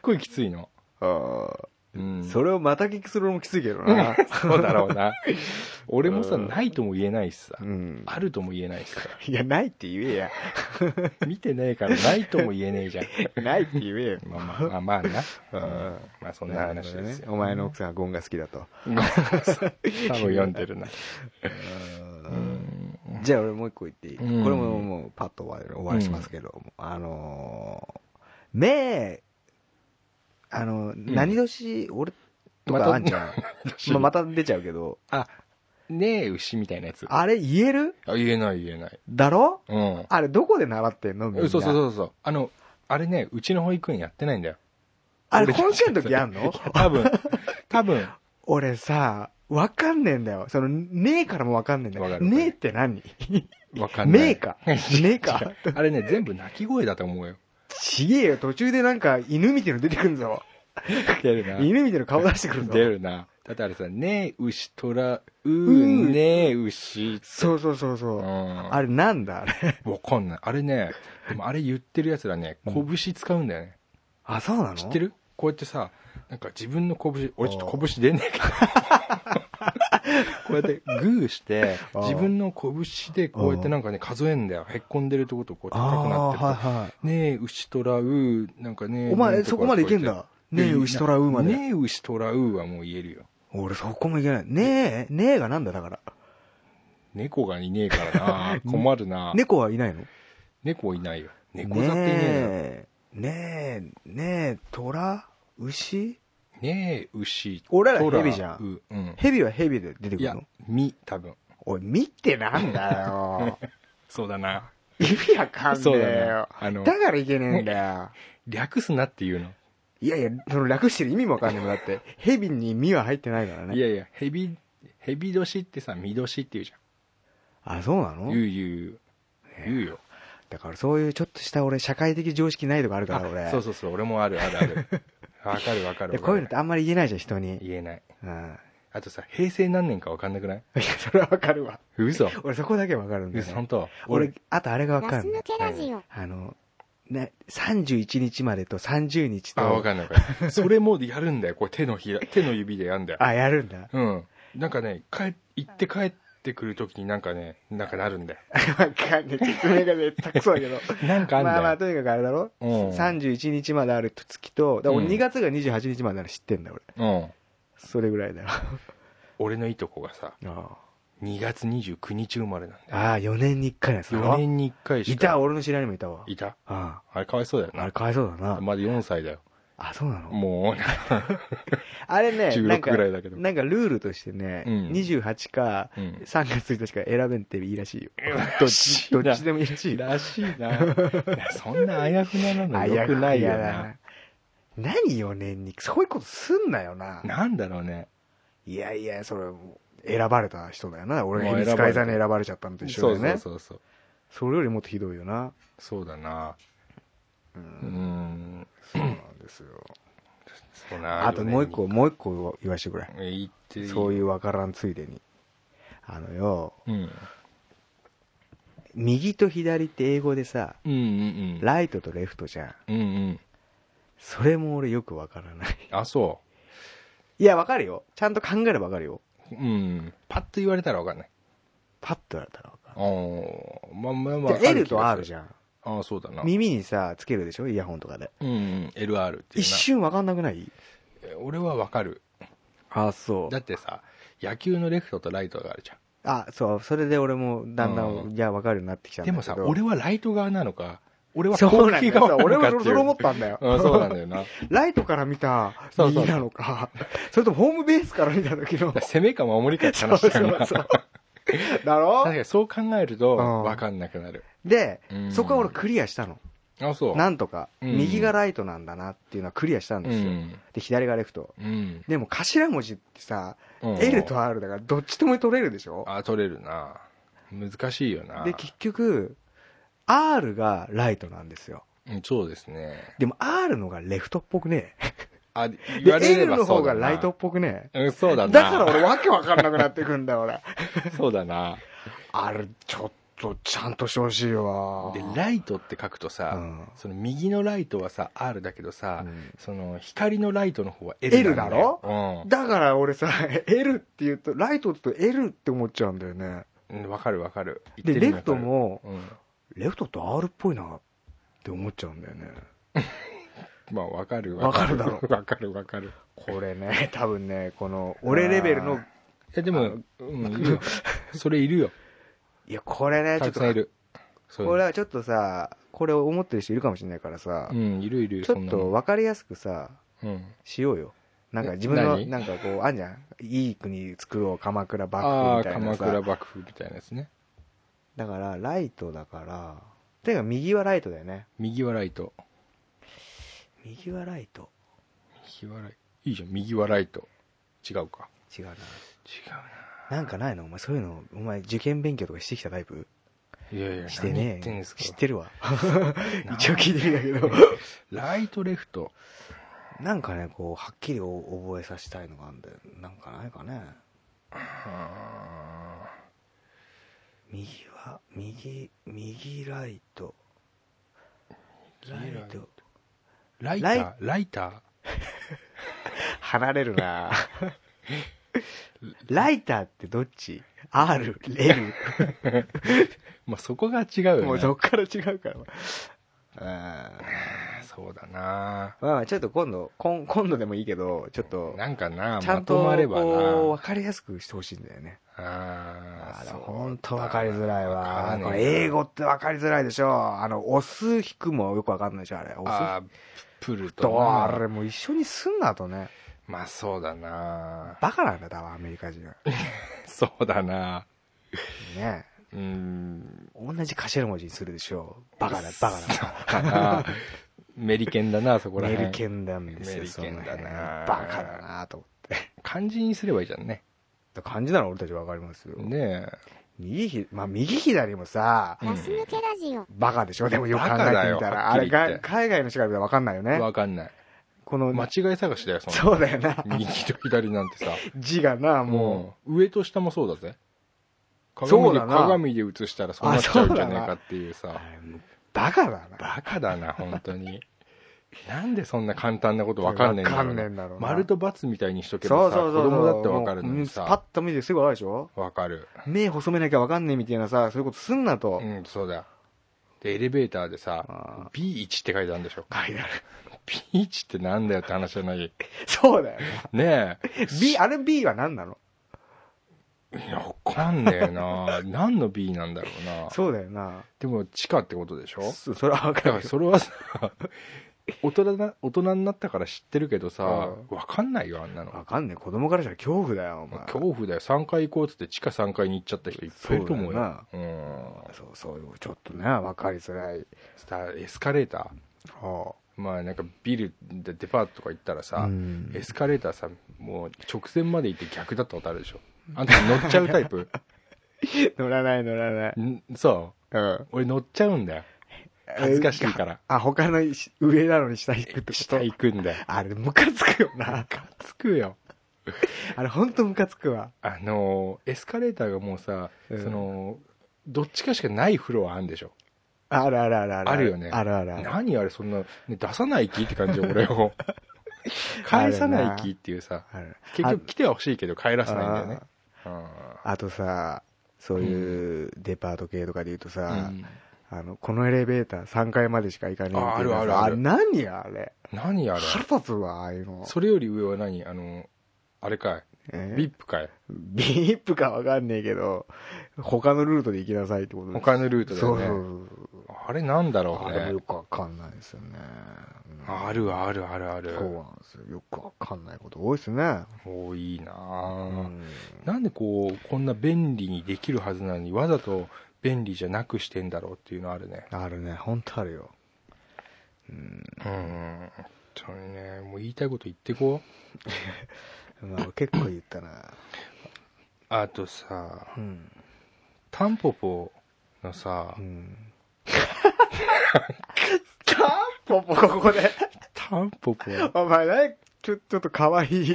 Speaker 3: ごいきついの。
Speaker 4: あ
Speaker 3: うん。
Speaker 4: あそれをまた聞きするのもきついけ どな。
Speaker 3: そうだろうな。俺もさ、
Speaker 4: うん
Speaker 3: ないとも言えないしさ
Speaker 4: う。ん。
Speaker 3: あるとも言えないしさ。
Speaker 4: いや、ないって言えや。
Speaker 3: 見てねえからないとも言えねえじゃん。
Speaker 4: ないって言えよ。
Speaker 3: まあまあまあまあな。
Speaker 4: う
Speaker 3: うんん。まあそんな話です
Speaker 4: なるほどね
Speaker 3: よ。
Speaker 4: お前の奥さんはゴンが好きだと。
Speaker 3: ごめんな さい多分読んでるな。うん
Speaker 4: じゃあ俺もう一個言っていい、
Speaker 3: うん
Speaker 4: これももうパッと終わり終わりしますけど、あのー、目、あの、何年、俺と
Speaker 3: また
Speaker 4: かあんじゃん。 まあ、また出ちゃうけど、
Speaker 3: あ、ねえ牛みたいなやつ。あ、
Speaker 4: あれ言える
Speaker 3: 言えない言えない。
Speaker 4: だろ
Speaker 3: うん。
Speaker 4: あれどこで習ってんのみん
Speaker 3: そう
Speaker 4: な。
Speaker 3: そうそうそう。あの、あれね、うちの保育園やってないんだよ。
Speaker 4: あれ
Speaker 3: 俺
Speaker 4: 保育園の時やんの
Speaker 3: 多分、多分、
Speaker 4: 俺さ、わかんねえんだよ。その、ねえからもわかんねえんだ
Speaker 3: わ
Speaker 4: よ。
Speaker 3: かるわかる
Speaker 4: ねえって何
Speaker 3: わかんない。
Speaker 4: ね えか。ねえか。
Speaker 3: あれね、全部鳴き声だと思うよ。
Speaker 4: ちげえよ、途中でなんか犬みたいの出てくんぞ。
Speaker 3: 出るな。
Speaker 4: 犬みたいな顔出してくるぞ。
Speaker 3: 出るな。だってあれさ、ねえ牛とら、う
Speaker 4: う
Speaker 3: ー
Speaker 4: ー
Speaker 3: ねえ牛って。
Speaker 4: そうそうそうそう。
Speaker 3: ん
Speaker 4: あれなんだあれ。
Speaker 3: わかんない。あれね、でもあれ言ってる奴らね、拳使うんだよね。
Speaker 4: あ、そうなの
Speaker 3: 知ってるこうやってさ、なんか自分の拳、俺ちょっと拳出ねえけど。こうやってグーして、
Speaker 4: あ ー
Speaker 3: 自分の拳でこうやってなんかね、数えんだよ。へっこんでるとことこう高くな
Speaker 4: あ
Speaker 3: って
Speaker 4: あー、
Speaker 3: ると。
Speaker 4: はいは
Speaker 3: ねえ、牛とらう、なんかね
Speaker 4: い。お前、
Speaker 3: ねえ
Speaker 4: そこまでいけん
Speaker 3: とか
Speaker 4: だ。
Speaker 3: こうやっ
Speaker 4: ねえ、
Speaker 3: て
Speaker 4: 牛とらうまで。
Speaker 3: ねえ、牛とらうはもう言えるよ。
Speaker 4: 俺、そこもいけない。ねえ、ねえがなんだだから。
Speaker 3: 猫がいねえ からな困るな、
Speaker 4: 猫はいないの
Speaker 3: 猫いないよ。猫
Speaker 4: ね
Speaker 3: 座っていねえよ。
Speaker 4: え、ねえ、ねえ、トラ、牛
Speaker 3: ねえ、牛。
Speaker 4: 俺ら
Speaker 3: 虎
Speaker 4: 蛇じゃん
Speaker 3: ううん。
Speaker 4: 蛇は蛇で出てく
Speaker 3: い
Speaker 4: る
Speaker 3: や
Speaker 4: の、
Speaker 3: み、多分。
Speaker 4: おい、見ってなんだよ。
Speaker 3: そうだな。
Speaker 4: 意味わかんね
Speaker 3: そうだ
Speaker 4: え
Speaker 3: ね
Speaker 4: よ。。
Speaker 3: あの
Speaker 4: だ、からいけねえんだよ。
Speaker 3: 略すなっていうの。
Speaker 4: いやいや、その略してる意味もわかんねえもん。だって、ヘビに身は入ってないから
Speaker 3: い
Speaker 4: ね。
Speaker 3: やいや、ヘビ、ヘビ年ってさ、ミ年って言うじ
Speaker 4: あ、そうな
Speaker 3: ゃん。
Speaker 4: の
Speaker 3: 言う言う言う。言うよ。
Speaker 4: だからそういうちょっとした俺、社会的常識ないとかあるから俺。
Speaker 3: そうそうそう、俺もあるあるあ る。わかるわかるわか
Speaker 4: で
Speaker 3: る。
Speaker 4: こういうのってあんまり言えないじゃん、人に。
Speaker 3: 言えない。
Speaker 4: うん。
Speaker 3: あとさ、平成何年かわかんなくない
Speaker 4: いや、それはわかるわ。
Speaker 3: 嘘。
Speaker 4: 俺そこだけわかるんだよ、
Speaker 3: 嘘、
Speaker 4: ね
Speaker 3: 本。当。
Speaker 4: 俺、、あとあれがわか
Speaker 5: ガス
Speaker 4: る、
Speaker 5: 抜けラジオ。
Speaker 4: あの、ね、31日までと30日と。
Speaker 3: あ、わかんないわかんない。それもやるんだよ。これ手のひら、手の指でやんだよ。
Speaker 4: あ、やるんだ。
Speaker 3: うん。なんかね、帰、行って帰ってくるときになんかね、なんかなるんだよ。
Speaker 4: わかんない。説明が絶対クソだけど。
Speaker 3: なんかあんだ
Speaker 4: まあ
Speaker 3: よ。
Speaker 4: まあ、とにかくあれだろ
Speaker 3: うん
Speaker 4: ?31 日まである月と、だから俺
Speaker 3: うん
Speaker 4: 2月が28日までなら知ってんだ、俺。
Speaker 3: うん。
Speaker 4: それぐらいだろ。
Speaker 3: 俺のいとこがさ、
Speaker 4: あ
Speaker 3: 2月29日生まれなんだよ。
Speaker 4: あ、4年に1回のやつだろ
Speaker 3: 4年に1回し
Speaker 4: い
Speaker 3: か。
Speaker 4: た、俺の知り合いにもいたわ。
Speaker 3: いた
Speaker 4: あ
Speaker 3: あれかわいそうだよ
Speaker 4: あ、あれ
Speaker 3: な。
Speaker 4: かわいそうだな。
Speaker 3: まだ4歳だよ。
Speaker 4: あ、そうなの
Speaker 3: も
Speaker 4: あれね、
Speaker 3: 16
Speaker 4: なんか
Speaker 3: ぐらいだけど
Speaker 4: なんかルールとしてね、
Speaker 3: うん
Speaker 4: 28か、
Speaker 3: う、うん。
Speaker 4: 3月1日か選べんっていいらしいよ。どっち、どっちでもいいらしいよ。
Speaker 3: ら しいな。いやそんなあやふやなの
Speaker 4: あ
Speaker 3: よくないよ
Speaker 4: やだ
Speaker 3: な。。
Speaker 4: 何4年に、そういうことすんなよな。
Speaker 3: なんだろうね。
Speaker 4: いやいや、それ、選ばれた人だよな。俺
Speaker 3: も
Speaker 4: が
Speaker 3: う
Speaker 4: 秘密会社に選ばれちゃったのと一緒
Speaker 3: そ
Speaker 4: だ
Speaker 3: う
Speaker 4: よ
Speaker 3: そう
Speaker 4: ね。
Speaker 3: そうそう。
Speaker 4: それよりもっとひどいよな。
Speaker 3: そうだな。
Speaker 4: う。
Speaker 3: うんん。
Speaker 4: そうなんですよ。
Speaker 3: そうな。
Speaker 4: あともう一個、もう一個言わしてくれ。
Speaker 3: え。言って。
Speaker 4: そういううわからんついでに。あのよ、
Speaker 3: うん。
Speaker 4: 右と左って英語でさ、
Speaker 3: うんうんうん。
Speaker 4: ライトとレフトじゃ
Speaker 3: う
Speaker 4: ん。
Speaker 3: んうん。
Speaker 4: それも俺よくわからない。
Speaker 3: あ、そ
Speaker 4: いや、わかるよ。ちゃんと考えればわかるよ。
Speaker 3: う。うん。パッと言われたらわかんない。
Speaker 4: パッとやったらわか
Speaker 3: おーまあまあまあ。
Speaker 4: る。じゃあ L と R じ
Speaker 3: ゃん。
Speaker 4: ゃん。
Speaker 3: ああ、そうだな。うん
Speaker 4: 耳にさ、つけるでしょイヤホンとかで。
Speaker 3: うん。LR っていう
Speaker 4: 一瞬わかんなくない
Speaker 3: な。俺はわかる。
Speaker 4: あ、そ
Speaker 3: だってさ、野球のレフトとライトがあるじゃん。
Speaker 4: あ、そう、それで俺もだんだん、
Speaker 3: うん
Speaker 4: いや、わかるようになってきたん
Speaker 3: で
Speaker 4: だけ
Speaker 3: も
Speaker 4: ど。
Speaker 3: さ、俺はライト側なのか、俺は
Speaker 4: そう
Speaker 3: 攻
Speaker 4: なんだ
Speaker 3: 撃
Speaker 4: よ。そ
Speaker 3: 側
Speaker 4: う
Speaker 3: な
Speaker 4: 俺
Speaker 3: のかっていう。
Speaker 4: もそれ思ったんだよ。
Speaker 3: うん、そうなんだよな。だか
Speaker 4: ライトから見た
Speaker 3: そうそう
Speaker 4: 右なのか、それともホームベースから見た 時の
Speaker 3: ら。攻めか守りかって
Speaker 4: そうそ
Speaker 3: 話
Speaker 4: う
Speaker 3: だよな。
Speaker 4: そう。だろ
Speaker 3: 確かにそう考えると、
Speaker 4: うん
Speaker 3: わかんなくなる。
Speaker 4: で
Speaker 3: う、ん
Speaker 4: そこは俺クリアしたの。
Speaker 3: あ、そう。
Speaker 4: なんとか、
Speaker 3: うん
Speaker 4: 右がライトなんだなっていうのはクリアしたん
Speaker 3: う
Speaker 4: ですよ。
Speaker 3: ん。
Speaker 4: で、左がレフト。
Speaker 3: うん。
Speaker 4: でも頭文字ってさ、
Speaker 3: うん
Speaker 4: L と R だからどっちとも取れるでしょ
Speaker 3: あ、取れるな。難しいよな。
Speaker 4: で、結局、R がライトなんですよ。
Speaker 3: うんそうですね。
Speaker 4: でも R のがレフトっぽくね
Speaker 3: あ、
Speaker 4: え。
Speaker 3: 言
Speaker 4: で
Speaker 3: われれ
Speaker 4: L
Speaker 3: ば
Speaker 4: の
Speaker 3: そ
Speaker 4: 方
Speaker 3: うだ
Speaker 4: が
Speaker 3: な。
Speaker 4: ライトっぽくねえ。
Speaker 3: うん、そうだな。
Speaker 4: だから俺わけわかんなくなってくんだよ、俺。
Speaker 3: そうだな。
Speaker 4: あれ、ちょっとちゃんとしてほしいわ。
Speaker 3: で、ライトって書くとさ、
Speaker 4: うん
Speaker 3: その右のライトはさ、R だけどさ、
Speaker 4: うん
Speaker 3: その光のライトの方は L なんだよ。
Speaker 4: だから俺さ、L って言うと、ライトって言うと L って思っちゃうんだよね。
Speaker 3: うん。うんわかるわかる。言
Speaker 4: で、
Speaker 3: ってる
Speaker 4: レ
Speaker 3: 意味
Speaker 4: フ
Speaker 3: わか
Speaker 4: ト
Speaker 3: る、
Speaker 4: も、
Speaker 3: うん。
Speaker 4: レフトって R っぽいなって思っちゃうんだよね。
Speaker 3: まあ、わかる
Speaker 4: わかるだ
Speaker 3: わかるわかる。
Speaker 4: これね、多分ね、この、俺レベルの、
Speaker 3: え、でも、うん、いるよそれいるよ。
Speaker 4: いや、これね、 ち
Speaker 3: た
Speaker 4: ょっ
Speaker 3: く
Speaker 4: と
Speaker 3: さんい、る。そういう
Speaker 4: これはちょっとさ、これを思ってる人いるかもしれないからさ、
Speaker 3: うん、いるいる。
Speaker 4: ちょ
Speaker 3: そん
Speaker 4: っ
Speaker 3: なの
Speaker 4: と分かりやすくさ、
Speaker 3: うん。
Speaker 4: しようよ。なんか自分の、
Speaker 3: 何
Speaker 4: なんかこう、あんじゃん。いい国作ろう、鎌倉幕府
Speaker 3: あ
Speaker 4: み
Speaker 3: あ、
Speaker 4: たいな
Speaker 3: 鎌
Speaker 4: さ
Speaker 3: 倉。幕府みたいなやつね。
Speaker 4: だから、ライトだから、てか右はライトだよね。
Speaker 3: 右はライト。
Speaker 4: 右はライト。
Speaker 3: 右はライト。いいじゃん、右はライト。違うか。
Speaker 4: 違うな。
Speaker 3: 違う
Speaker 4: なんかないのお前、そういうの、お前、受験勉強とかしてきたタイプ
Speaker 3: な。いやいや、
Speaker 4: して
Speaker 3: 何
Speaker 4: ね
Speaker 3: 言ってんですか
Speaker 4: 知っ てるわ。一応聞いてみたけど。
Speaker 3: ライト、レフト。
Speaker 4: なんかね、こう、はっきり覚えさせたいのがあるんだよ。なんかないかね。
Speaker 3: あ
Speaker 4: 右は、右、右ライト。
Speaker 3: ー
Speaker 4: ライト。
Speaker 3: ライタ
Speaker 4: ライ
Speaker 3: ーライタ
Speaker 4: 離れるな ライターってどっち ?R、L。
Speaker 3: ー まあ、そこが違う
Speaker 4: も
Speaker 3: よ
Speaker 4: う
Speaker 3: ね
Speaker 4: どっ。から違うから。あ
Speaker 3: そうだな
Speaker 4: ーまあちょっと今度、今今度でもいいけど、ちょっと、
Speaker 3: なんかな
Speaker 4: ちゃ
Speaker 3: ま
Speaker 4: んと
Speaker 3: とまればな
Speaker 4: こう、わかりやすくしてほしいんだよね。
Speaker 3: あ
Speaker 4: あ
Speaker 3: あ、
Speaker 4: れ、
Speaker 3: そう
Speaker 4: ほんとわかりづらい
Speaker 3: わか
Speaker 4: わ。
Speaker 3: んねえな
Speaker 4: これ英語ってわかりづらいでしょ。あの、オス引くもよくわかんないでしょ、あれ。オス
Speaker 3: あープルと
Speaker 4: と、
Speaker 3: な
Speaker 4: あれもう一緒にすんなとね。
Speaker 3: まあそうだな
Speaker 4: バカなんだ、多分アメリカ人は。
Speaker 3: そうだな
Speaker 4: ね
Speaker 3: うーん。
Speaker 4: 同じ頭文字にするでしょう。バカだ、バ
Speaker 3: か
Speaker 4: カだ。
Speaker 3: な メリケンだな、そこら
Speaker 4: メ
Speaker 3: 辺。
Speaker 4: リケンなんですよ、
Speaker 3: メリケンだな
Speaker 4: その辺バカだなと思って。
Speaker 3: 漢字にすればいいじゃんね。
Speaker 4: だから感じなの俺たちわかりますよ。
Speaker 3: ね
Speaker 4: 右ひ、まあ右左もさ、
Speaker 3: え。
Speaker 5: ガス抜けラジオ。
Speaker 4: バカでしょでもよく考
Speaker 3: バ
Speaker 4: えて
Speaker 3: カだよ
Speaker 4: みたら。
Speaker 3: は
Speaker 4: あ
Speaker 3: っき
Speaker 4: れ
Speaker 3: り言って
Speaker 4: が、海外の人から見たらわかんないよね。
Speaker 3: わかんない。
Speaker 4: この、
Speaker 3: 間違い探しだよ、そんな
Speaker 4: そうだ よな。
Speaker 3: 右と左なんてさ。
Speaker 4: 字がな、 も
Speaker 3: もう、上と下もそうだぜ。
Speaker 4: そ
Speaker 3: 鏡
Speaker 4: う
Speaker 3: で、
Speaker 4: だな
Speaker 3: 鏡で映したらそうなっちゃうんじゃねえかっていう
Speaker 4: う。
Speaker 3: さ
Speaker 4: あ。れもうバカだな。
Speaker 3: バカだな、本当に。 なんでそんな簡単なことわかんねえんだろう
Speaker 4: わかんねえ
Speaker 3: なん
Speaker 4: だろうな
Speaker 3: 丸と×みたいにしとけ
Speaker 4: そ
Speaker 3: ば
Speaker 4: う
Speaker 3: さ、
Speaker 4: そう
Speaker 3: 子
Speaker 4: そうそう。
Speaker 3: 供だってわかるのに
Speaker 4: もううんパッ
Speaker 3: さ。
Speaker 4: と見てすぐわかるでしょ
Speaker 3: わかる。
Speaker 4: 目細めなきゃわかんねえみたいなさ、そういうことすんなと
Speaker 3: う。ん、そうだ。で、エレベーターで
Speaker 4: あ
Speaker 3: さ、B1 って書いてあるんでしょ。
Speaker 4: 書いてある。
Speaker 3: B1 ってなんだよって話じゃない。
Speaker 4: そうだよな。
Speaker 3: ね え。
Speaker 4: B、あれ B は何なの
Speaker 3: いや、わかんねえな。 何の B なんだろうな。
Speaker 4: そうだよな。
Speaker 3: でも、地下ってことでしょ
Speaker 4: そそれは
Speaker 3: だ
Speaker 4: わ
Speaker 3: か
Speaker 4: からる。
Speaker 3: それはさ、大人な、 大人になったから知ってるけどさ、わ
Speaker 4: う
Speaker 3: かんないよ、あんなの。
Speaker 4: わかんねえ。子供からしたら恐怖だよ、お前。
Speaker 3: 恐怖だよ。3階行こうっつって地下3階に行っちゃった人いっぱいいると思うよ。うん。
Speaker 4: そう、そういう、ちょっとね、わかりづらい。
Speaker 3: さエスカレータ
Speaker 4: は
Speaker 3: ー。まあなんかビルでデパートとか行ったらさ、
Speaker 4: うん
Speaker 3: エスカレーターさ、もう直線まで行って逆だったことあるでしょ。あんた乗っちゃうタイプ
Speaker 4: あ、乗らない乗らない。
Speaker 3: んそう。
Speaker 4: うん。
Speaker 3: 俺乗っちゃうんだよ。恥ずかしいから。
Speaker 4: あ、他のし上なのに下行くってこと
Speaker 3: 下行くんだよ。
Speaker 4: あれ、ムカつくよな。
Speaker 3: つくよ。
Speaker 4: あれ、ほんとムカつくわ。
Speaker 3: あのーエスカレーターがもうさ、
Speaker 4: うん
Speaker 3: そのどっちかしかないフロアあるんでしょ
Speaker 4: あるあるあるある。
Speaker 3: あるよね
Speaker 4: あるあるある。
Speaker 3: 何あれそんな、ね、出さない気って感じよ俺 を返さない気っていうさ
Speaker 4: ある
Speaker 3: 結局来ては欲しいけど帰らせないんだよね
Speaker 4: あとさ、そういううデパート系とかで言うと
Speaker 3: う
Speaker 4: さ、
Speaker 3: ん
Speaker 4: あの、このエレベーター3階までしか行かねえ
Speaker 3: あ
Speaker 4: っていうの
Speaker 3: ある
Speaker 4: さ
Speaker 3: あるあ
Speaker 4: あ
Speaker 3: る
Speaker 4: れ何あれ。
Speaker 3: 何あれ
Speaker 4: 腹立つわ、ああいうの。
Speaker 3: それより上は何あのあれかい
Speaker 4: え
Speaker 3: VIP かい
Speaker 4: ビップかわかんねえけど、他のルートで行きなさいってことです
Speaker 3: 他のルート
Speaker 4: そう
Speaker 3: だ
Speaker 4: そう
Speaker 3: よねあれなんだ
Speaker 4: そう。
Speaker 3: ろう
Speaker 4: あれも
Speaker 3: ね
Speaker 4: よくわかんないですよね。うん
Speaker 3: あるあるあるあ
Speaker 4: そう
Speaker 3: る
Speaker 4: なんですよ。よくわかんないこと多いですね。
Speaker 3: 多いな
Speaker 4: う
Speaker 3: あ
Speaker 4: ん
Speaker 3: なんでこうこんな便利にできるはずなのにわざと便利じゃなくしてんだろうっていうのあるね
Speaker 4: あるね、ほんとあるよ。
Speaker 3: うん本当にねもう言いたいこと言ってこう
Speaker 4: まあ、結構言ったな。
Speaker 3: あとさ
Speaker 4: うん。
Speaker 3: タンポポのさ、
Speaker 4: うん。 タンポポ、ここで。
Speaker 3: タンポポ
Speaker 4: お前、ね、ちょ、ちょっとかわいい。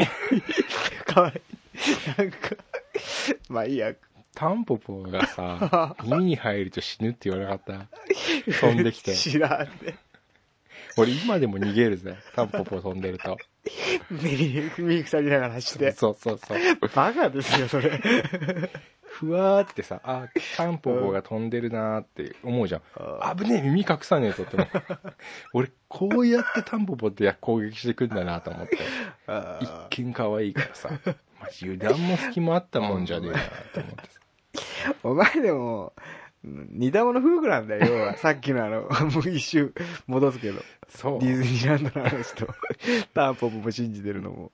Speaker 4: かわいい。なんか、まあいいや。
Speaker 3: タンポポがさ 耳に入ると死ぬって言わなかった飛んできて
Speaker 4: 知らんね。
Speaker 3: 俺今でも逃げるぜタンポポ飛んでると
Speaker 4: ミリ、ミリクさん見ながら走って。
Speaker 3: そうそうそう
Speaker 4: バカですよ、それ。
Speaker 3: ふわーってさあタンポポが飛んでるなーって思うじゃん
Speaker 4: あ
Speaker 3: 危ねえ耳隠さねえとって思う 俺こうやってタンポポって攻撃してくんだなと思って一
Speaker 4: あ
Speaker 3: 見可愛いからさマジ油断も隙もあったもんじゃねえなと思ってさ
Speaker 4: お前でも、似たもの夫婦なんだよ、要は。さっきのあの、もう一周戻すけど。
Speaker 3: そう
Speaker 4: ディズニーランドの話と、タンポポも信じてるのも。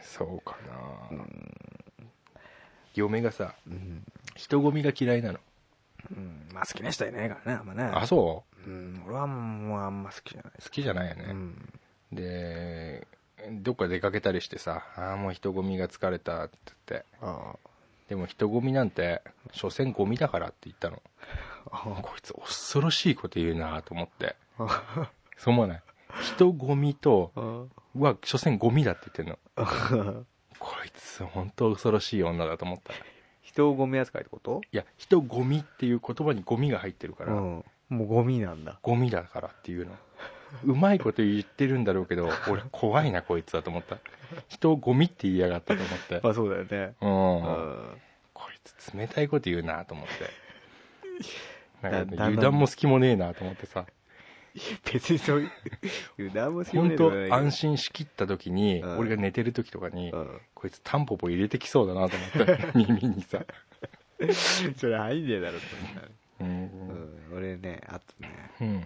Speaker 3: そうかな、嫁がさ
Speaker 4: うん。
Speaker 3: 人混みが嫌いなの
Speaker 4: うん。まあ好きな人はいないからね、あんまね。
Speaker 3: あそ
Speaker 4: うん。俺はもうあんま好きじゃないう
Speaker 3: 好きじゃないよね、
Speaker 4: うん。
Speaker 3: でどっか出かけたりしてさああもう人混みが疲れたって言って
Speaker 4: あ
Speaker 3: でも人混みなんて所詮ゴミだからって言ったの
Speaker 4: あ。
Speaker 3: こいつ恐ろしいこと言うなと思ってそう思わない人ゴミとは所詮ゴミだって言ってんのこいつ本当恐ろしい女だと思ったい
Speaker 4: 人をゴミ扱いってこと
Speaker 3: や人ゴミっていう言葉にゴミが入ってるから、
Speaker 4: ん。もうゴミなんだ。
Speaker 3: ゴミだからっていうのうまいこと言ってるんだろうけど俺怖いなこいつだと思った人をゴミって言いやがったと思って
Speaker 4: まあそうだよね。
Speaker 3: うん、
Speaker 4: ん。
Speaker 3: こいつ冷たいこと言うなと思ってなんかね
Speaker 4: だだんだん
Speaker 3: 油断も隙もねえなと思ってさ
Speaker 4: 別にそういう、油断もし
Speaker 3: 本
Speaker 4: と
Speaker 3: 当安心しきった時に、
Speaker 4: うん
Speaker 3: 俺が寝てる時とかに、
Speaker 4: うん。
Speaker 3: こいつタンポポ入れてきそうだなと思って 耳にさ、
Speaker 4: それアイデアだろ、
Speaker 3: う
Speaker 4: うんん。俺ね、あとね、
Speaker 3: うん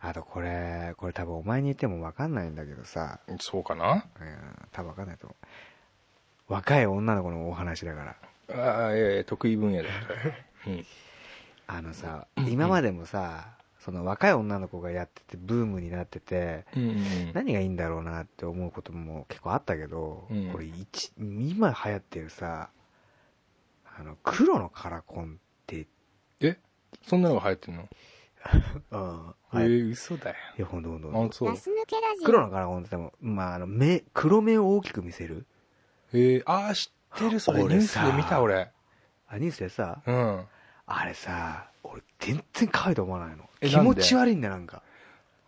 Speaker 4: あとこれ、これ多分お前に言ってもわかんないんだけどさ、
Speaker 3: そうかな
Speaker 4: うん、多分わかんないと思う。若い女の子のお話だから。
Speaker 3: ああいやいや得意分野だから、うん、
Speaker 4: あのさ、今までもさ、その若い女の子がやっててブームになってて、
Speaker 3: うんうん
Speaker 4: 何がいいんだろうなって思うことも結構あったけど、
Speaker 3: うん
Speaker 4: これ一今流行ってるさあの黒のカラコンって、
Speaker 3: えそんなのが流行ってんの、
Speaker 4: うん
Speaker 3: え
Speaker 4: い、い
Speaker 3: ー、嘘だよ
Speaker 4: やほんとほんとほ
Speaker 3: あ
Speaker 4: んと
Speaker 3: そう
Speaker 4: 黒のカラコンってでも、まあ、あの目黒目を大きく見せる
Speaker 3: えー、ああ知ってるそれニュ
Speaker 4: 俺
Speaker 3: ース
Speaker 4: さ
Speaker 3: で見た俺
Speaker 4: あニュースでさ
Speaker 3: うん
Speaker 4: あれさ俺全然可愛いと思わないの
Speaker 3: え
Speaker 4: 気持ち悪いんだよなんか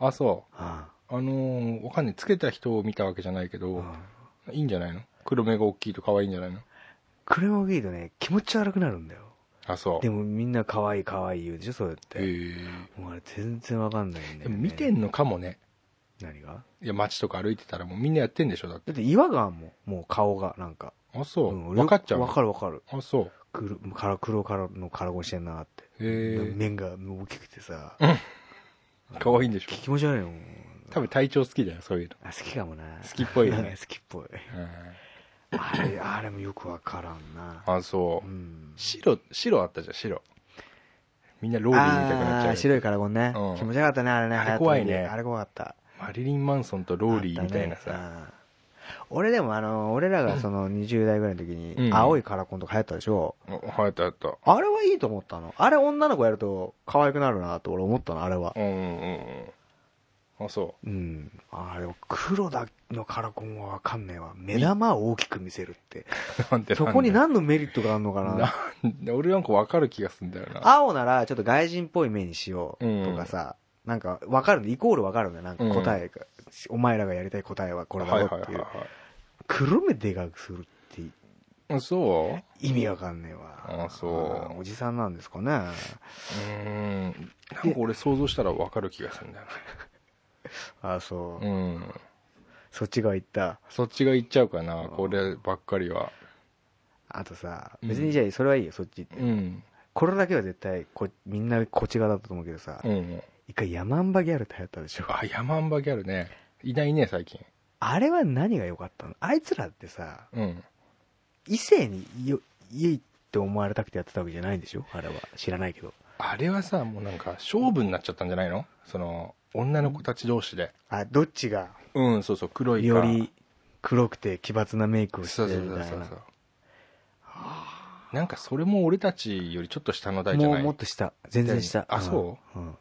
Speaker 3: あそ
Speaker 4: あ
Speaker 3: うあのー、わかんないつけた人を見たわけじゃないけ
Speaker 4: あ
Speaker 3: どいいんじゃないの黒目が大きいと可愛いんじゃないの
Speaker 4: 黒目大きいとね気持ち悪くなるんだよ
Speaker 3: あそう
Speaker 4: でもみんな可愛い可愛い言うでしょそうやっ
Speaker 3: え
Speaker 4: て、もうあれ全然わかんないん
Speaker 3: で
Speaker 4: だよ、ね、
Speaker 3: も見てんのかもね
Speaker 4: 何が
Speaker 3: いや街とか歩いてたらもうみんなやってんでしょだって
Speaker 4: だって違和感もんもう顔がなんか、
Speaker 3: あそう、
Speaker 4: ん俺
Speaker 3: 分かっちゃうの
Speaker 4: わかるわかる
Speaker 3: あそう
Speaker 4: 黒から黒からのカラコンしてんなって、
Speaker 3: へ
Speaker 4: 面が大きくてさ、
Speaker 3: え可愛いんでしょ
Speaker 4: 気気持ち悪いの
Speaker 3: 多分体調好きだよそういうの
Speaker 4: あ好きかもな
Speaker 3: 好きっぽいよね
Speaker 4: 好きっぽい
Speaker 3: うん
Speaker 4: あれあれもよくわからんな
Speaker 3: あそううん白白あったじゃん白みんなローリーみたくなっち
Speaker 4: あ
Speaker 3: ゃ
Speaker 4: ー
Speaker 3: う
Speaker 4: 白いカラコンね、
Speaker 3: うん
Speaker 4: 気持ちよかったねあれね
Speaker 3: あれ
Speaker 4: 流行った時
Speaker 3: 怖いね
Speaker 4: あれ怖かった
Speaker 3: マリリン・マンソンとローリーみたいな
Speaker 4: あっ
Speaker 3: さ、
Speaker 4: ねうん俺でもあの俺らがその20代ぐらいの時
Speaker 3: う
Speaker 4: に
Speaker 3: ん
Speaker 4: 青いカラコンとか流行ったでしょ、
Speaker 3: お流行った流行っ
Speaker 4: あれはいいと思ったのあれ女の子やると可愛くなるなと俺思ったのあれは
Speaker 3: たうんうんうん あそ
Speaker 4: うん、あれ黒だのカラコンは分かんないわ目玉を大きく見せるって
Speaker 3: うなんで
Speaker 4: そこに
Speaker 3: なん
Speaker 4: 何のメリットがあるのか
Speaker 3: で
Speaker 4: な
Speaker 3: なんで俺なんか分かる気がするんだよな
Speaker 4: 青ならちょっと外人っぽい目にしようとかさ、なんか分かるんでイコール分かるんだよなんか答えが、お前らがやりたい答えはこれだ
Speaker 3: はい
Speaker 4: ろ
Speaker 3: は
Speaker 4: っ
Speaker 3: いは
Speaker 4: て
Speaker 3: いいうは
Speaker 4: 黒目でかくするって
Speaker 3: いあそう
Speaker 4: 意味わかんねえわ
Speaker 3: あそう
Speaker 4: おじさんなんですかね
Speaker 3: うーんなんか俺想像したら分かる気がするんだよ
Speaker 4: あそう、
Speaker 3: なうん
Speaker 4: そっちが言った
Speaker 3: そっちが行っちゃうかなこればっかりは
Speaker 4: あとさ
Speaker 3: うん
Speaker 4: 別にじゃあそれはいいよそっち行って、
Speaker 3: うん
Speaker 4: これだけは絶対こみんなこっち側だったと思うけどさ、
Speaker 3: うん
Speaker 4: 一回ヤマンバギャルって流行ったでしょ
Speaker 3: あヤマンバギャルねいないね最近
Speaker 4: あれは何が良かったのあいつらってさ、
Speaker 3: うん
Speaker 4: 異性によいいって思われたくてやってたわけじゃないんでしょあれは。知らないけど。
Speaker 3: あれはさもうなんか勝負になっちゃったんじゃないのその女の子たち同士で
Speaker 4: あ、どっちが
Speaker 3: うんそうそう黒いか
Speaker 4: より黒くて奇抜なメイクをして
Speaker 3: そうそう
Speaker 4: る
Speaker 3: そ
Speaker 4: み
Speaker 3: う
Speaker 4: たい
Speaker 3: そうそ
Speaker 4: な
Speaker 3: う。なんかそれも俺たちよりちょっと下の代じゃ
Speaker 4: も
Speaker 3: な
Speaker 4: う
Speaker 3: い
Speaker 4: もっとした。全然した。
Speaker 3: あそ
Speaker 4: うん、うん
Speaker 3: うん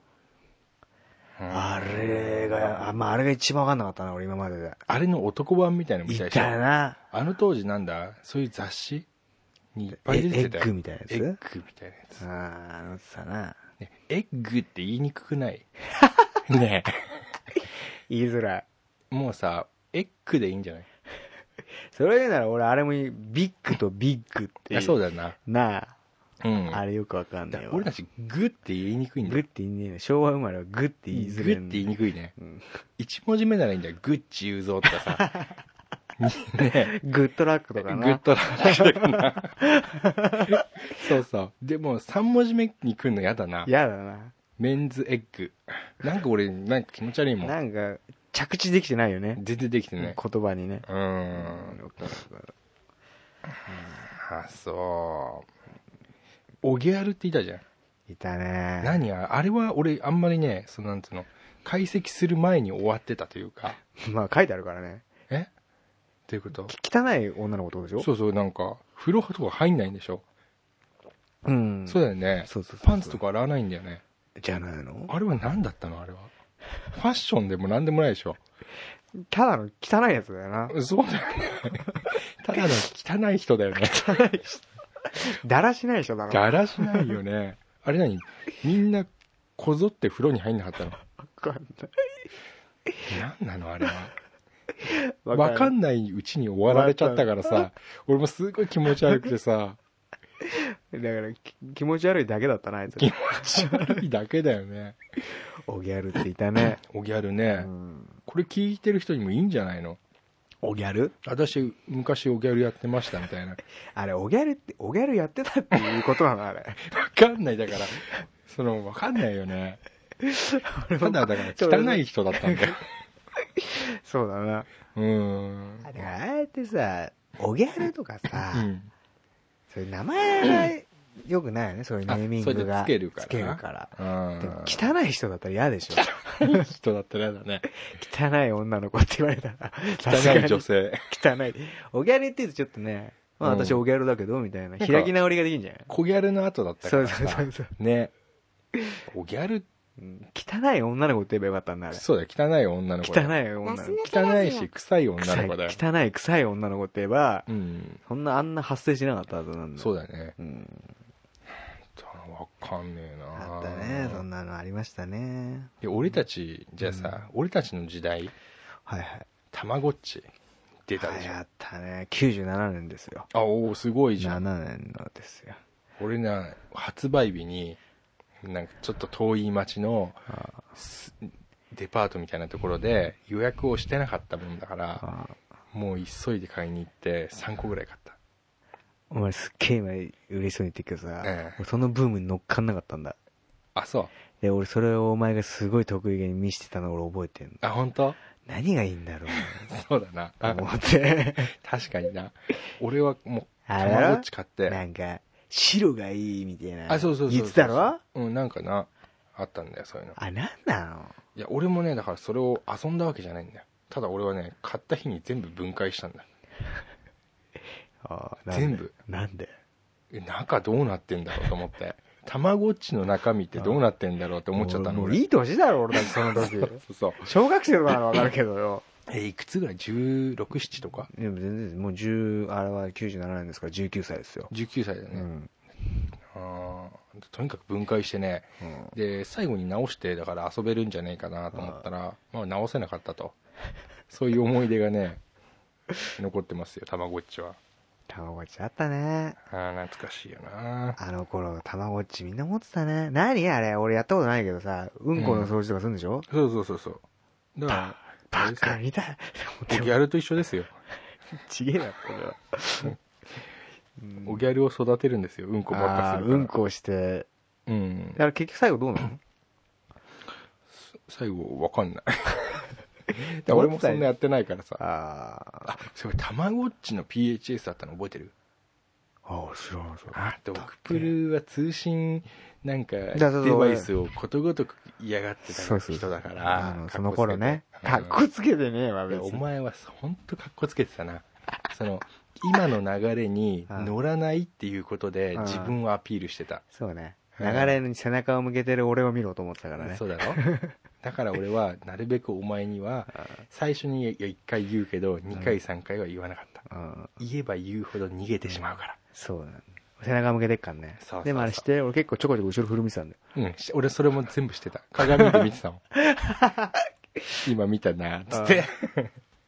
Speaker 4: あれが、あまあ、あれが一番わかんなかったな、俺今までで。
Speaker 3: あれの男版みたいなの見
Speaker 4: い
Speaker 3: たでしたょ
Speaker 4: な。
Speaker 3: あの当時なんだそういう雑誌にいっぱ
Speaker 4: えエ
Speaker 3: い出てた
Speaker 4: ッ
Speaker 3: よ
Speaker 4: グみたいな
Speaker 3: エッ
Speaker 4: やつ
Speaker 3: グみたいなやつ
Speaker 4: あーあのさな。
Speaker 3: ねエッグって言いにくく ないね
Speaker 4: 言いづらい。
Speaker 3: えもうさエッグでいいんじゃない
Speaker 4: それ言うなら俺あれもいいビッグとビッグっ
Speaker 3: い
Speaker 4: ていう。
Speaker 3: やそうだよな
Speaker 4: なあ。
Speaker 3: うん
Speaker 4: あれよくわかんな
Speaker 3: だか
Speaker 4: い
Speaker 3: ら
Speaker 4: わ。
Speaker 3: 俺たちグって言いにくいんだ
Speaker 4: グ
Speaker 3: よ
Speaker 4: って言いねえの昭和生まれはグって言いづ
Speaker 3: グ
Speaker 4: れ
Speaker 3: って
Speaker 4: ん
Speaker 3: 言いにくいね
Speaker 4: うん
Speaker 3: 一文字目ならいいんだよグッチ言うぞとか さねえ
Speaker 4: グッドラックとかな。
Speaker 3: グッドラックだからな そうそうでも3文字目に来るのやだな
Speaker 4: やだな。
Speaker 3: メンズエッグなんか俺なんか気持ち悪いもん
Speaker 4: なんか、着地できてないよね。
Speaker 3: 全然できてない
Speaker 4: 言葉にね。
Speaker 3: うーんあそうおぎゃるっていたじゃん
Speaker 4: いたね。
Speaker 3: 何ああれは俺あんまりねそのなんつうの解析する前に終わってたというか
Speaker 4: まあ書いてあるからね。
Speaker 3: えどういうこと
Speaker 4: き汚い女の子ってことでしょ
Speaker 3: そうそうなんか風呂とか入んないんでしょ、
Speaker 4: う。ん。
Speaker 3: そうだよね
Speaker 4: そうそうそう
Speaker 3: パンツとか洗わないんだよね
Speaker 4: じゃないの
Speaker 3: あれは何だったのあれは。ファッションでも何でもないでしょ。
Speaker 4: ただの汚いやつだよな。
Speaker 3: そう だよね。ただの汚い人だよね。
Speaker 4: だらしない人だろ。
Speaker 3: だらしないよね。あれ何みんなこぞって風呂に入んなかったの。
Speaker 4: わかんない。
Speaker 3: 何なのあれは。わかんないうちに終わられちゃったからさ、俺もすごい気持ち悪くてさ、
Speaker 4: だから、き気持ち悪いだけだったな、あいつ。
Speaker 3: 気持ち悪いだけだよね。
Speaker 4: おギャルっていたね。
Speaker 3: おギャル
Speaker 4: う
Speaker 3: ね。
Speaker 4: ん。
Speaker 3: これ聞いてる人にもいいんじゃないの
Speaker 4: おギャル
Speaker 3: 私、昔おギャルやってましたみ たいな。
Speaker 4: あれ、おギャルって、おギャルやってたっていうことなの、あれ。
Speaker 3: わかんない、だから。 その、わかんないよ ね。ただ、だから、汚い人 だったんだよ。
Speaker 4: そうだな。
Speaker 3: うーん。
Speaker 4: あれああやってさ、おぎゃるとかさ、
Speaker 3: うん
Speaker 4: そういう名前が良くないよね、そういうネーミングが。
Speaker 3: あそれでつけるから
Speaker 4: つけるから。
Speaker 3: うん
Speaker 4: でも汚い人だったら嫌で しょ。
Speaker 3: い人だったらやだね。
Speaker 4: 汚い女の子って言われたら。さすが
Speaker 3: 汚
Speaker 4: に
Speaker 3: い女性。
Speaker 4: 汚い。おギャルって言うとちょっとね、まあ
Speaker 3: うん
Speaker 4: 私おギャルだけど、みたいな。
Speaker 3: なんか
Speaker 4: 開き直りができんじゃない
Speaker 3: 小ギャルの後だったか
Speaker 4: そう
Speaker 3: ら
Speaker 4: そうそ
Speaker 3: さ
Speaker 4: う。そう。
Speaker 3: ね。小ギャル、
Speaker 4: うん汚い女の子って言えばよかったんだ、あれ。
Speaker 3: そうだよ、汚い女の子
Speaker 4: 汚
Speaker 3: だ
Speaker 4: い
Speaker 3: よ。
Speaker 4: 女の子。
Speaker 3: 汚いし、臭い女
Speaker 4: 臭
Speaker 3: の
Speaker 4: い
Speaker 3: 子だよ。
Speaker 4: 汚い、臭い女の子って言えば、
Speaker 3: うん。
Speaker 4: そんなあんな発生しなかったはずなんだよ
Speaker 3: そうだね。
Speaker 4: うん。
Speaker 3: わかんねえな
Speaker 4: あったね、そんなのありましたね。
Speaker 3: いや俺たち、じゃあさ、俺たちの時代、
Speaker 4: はいはい。
Speaker 3: たまごっち出たでしょ
Speaker 4: や。ったね。97年ですよ。
Speaker 3: あ、おおすごいじゃん。
Speaker 4: 7年のですよ。
Speaker 3: 俺な、発売日に、なんかちょっと遠い町の
Speaker 4: あ
Speaker 3: すデパートみたいなところで予約をしてなかったもんだから、
Speaker 4: あ
Speaker 3: もう急いで買いに行って3個ぐらい買った。
Speaker 4: お前すっげえ今嬉しそうに言ってるけどさ、
Speaker 3: ええ
Speaker 4: 俺そのブームに乗っかんなかったんだ。
Speaker 3: あ、そう。
Speaker 4: で、俺それをお前がすごい得意げに見せてたのを俺覚えてんの。
Speaker 3: あ、本当？
Speaker 4: 何がいいんだろ
Speaker 3: そうだな。
Speaker 4: う
Speaker 3: あ
Speaker 4: と思って。
Speaker 3: 確かにな。俺はもう、
Speaker 4: あ
Speaker 3: た
Speaker 4: れ
Speaker 3: まごっち買って。
Speaker 4: なんか、白がいいみたいな。
Speaker 3: あ、そうそうそうそう。
Speaker 4: 言ってたろ
Speaker 3: うん、なんかな、あったんだよ、そういうの。
Speaker 4: あ、なんなの
Speaker 3: いや、俺もね、だからそれを遊んだわけじゃないんだよ。ただ俺はね、買った日に全部分解したんだ。
Speaker 4: あなんで
Speaker 3: 全部。
Speaker 4: なんで
Speaker 3: え中どうなってんだろうと思って。たまごっちの中身ってどうなってんだろうって思っちゃったの、
Speaker 4: もうもう
Speaker 3: 俺。
Speaker 4: いい年だろ、俺だってその 時。
Speaker 3: そうそう。
Speaker 4: 小学生とかならわかるけどよ。
Speaker 3: え、いくつぐらい ?16、7とか
Speaker 4: でも全然、もう10、あれは97年ですから19歳ですよ。
Speaker 3: ?19 歳だよ
Speaker 4: う
Speaker 3: ね。
Speaker 4: ん。
Speaker 3: あーとにかく分解してね。
Speaker 4: うん
Speaker 3: で、最後に直して、だから遊べるんじゃねえかなと思ったら、まあ直せなかったと。そういう思い出がね、残ってますよ、たまごっちは。
Speaker 4: たまごっちあったね。
Speaker 3: ああ、懐かしいよな。
Speaker 4: あの頃、たまごっちみんな持ってたね。何あれ俺やったことないけどさ、うんこの掃除とかするんでしょ、
Speaker 3: そうそうそうそう。だから、
Speaker 4: バカみたい。
Speaker 3: おギャルと一緒ですよ。
Speaker 4: ちげえな、これは。
Speaker 3: おギャルを育てるんですよ。うんこばっか
Speaker 4: あ
Speaker 3: す
Speaker 4: ー
Speaker 3: るから。
Speaker 4: うんこをして。
Speaker 3: うん
Speaker 4: だ。から結局最後どうなの
Speaker 3: 最後、わか んない。で俺もそんなやってないからさ。
Speaker 4: あ
Speaker 3: あ、すごい、たまごっちの PHS だったの覚えてる
Speaker 4: あ。ああ、知らない、それ。
Speaker 3: あ、ドクプルは通信、なんか、デ
Speaker 4: だそうそう
Speaker 3: バイスをことごとく嫌がってた人だか
Speaker 4: あ
Speaker 3: ら
Speaker 4: の、。その頃ね。か
Speaker 3: か
Speaker 4: っ
Speaker 3: っ
Speaker 4: こ
Speaker 3: こ
Speaker 4: つけてねえわ、
Speaker 3: つけてう
Speaker 4: 別
Speaker 3: ん
Speaker 4: に。
Speaker 3: お前はほんとかっこつけてたな。その、今の流れに乗らないっていうことで
Speaker 4: うん
Speaker 3: 自分をアピールしてた。
Speaker 4: そうね。流
Speaker 3: うん
Speaker 4: れに背中を向けてる俺を見ろと思ってたからね。
Speaker 3: そうだろ だから俺はなるべくお前には最初に1回言うけど2回3回は言わなかった、
Speaker 4: うん。
Speaker 3: 言えば言うほど逃げてしまうから
Speaker 4: そうだね。背中向けてっから
Speaker 3: そう
Speaker 4: ね
Speaker 3: そうそ。う
Speaker 4: でもあれして、俺結構ちょこちょこ後ろ振る見てたんだよ。
Speaker 3: うんし俺それも全部してた鏡で見てたもん今見たなっつって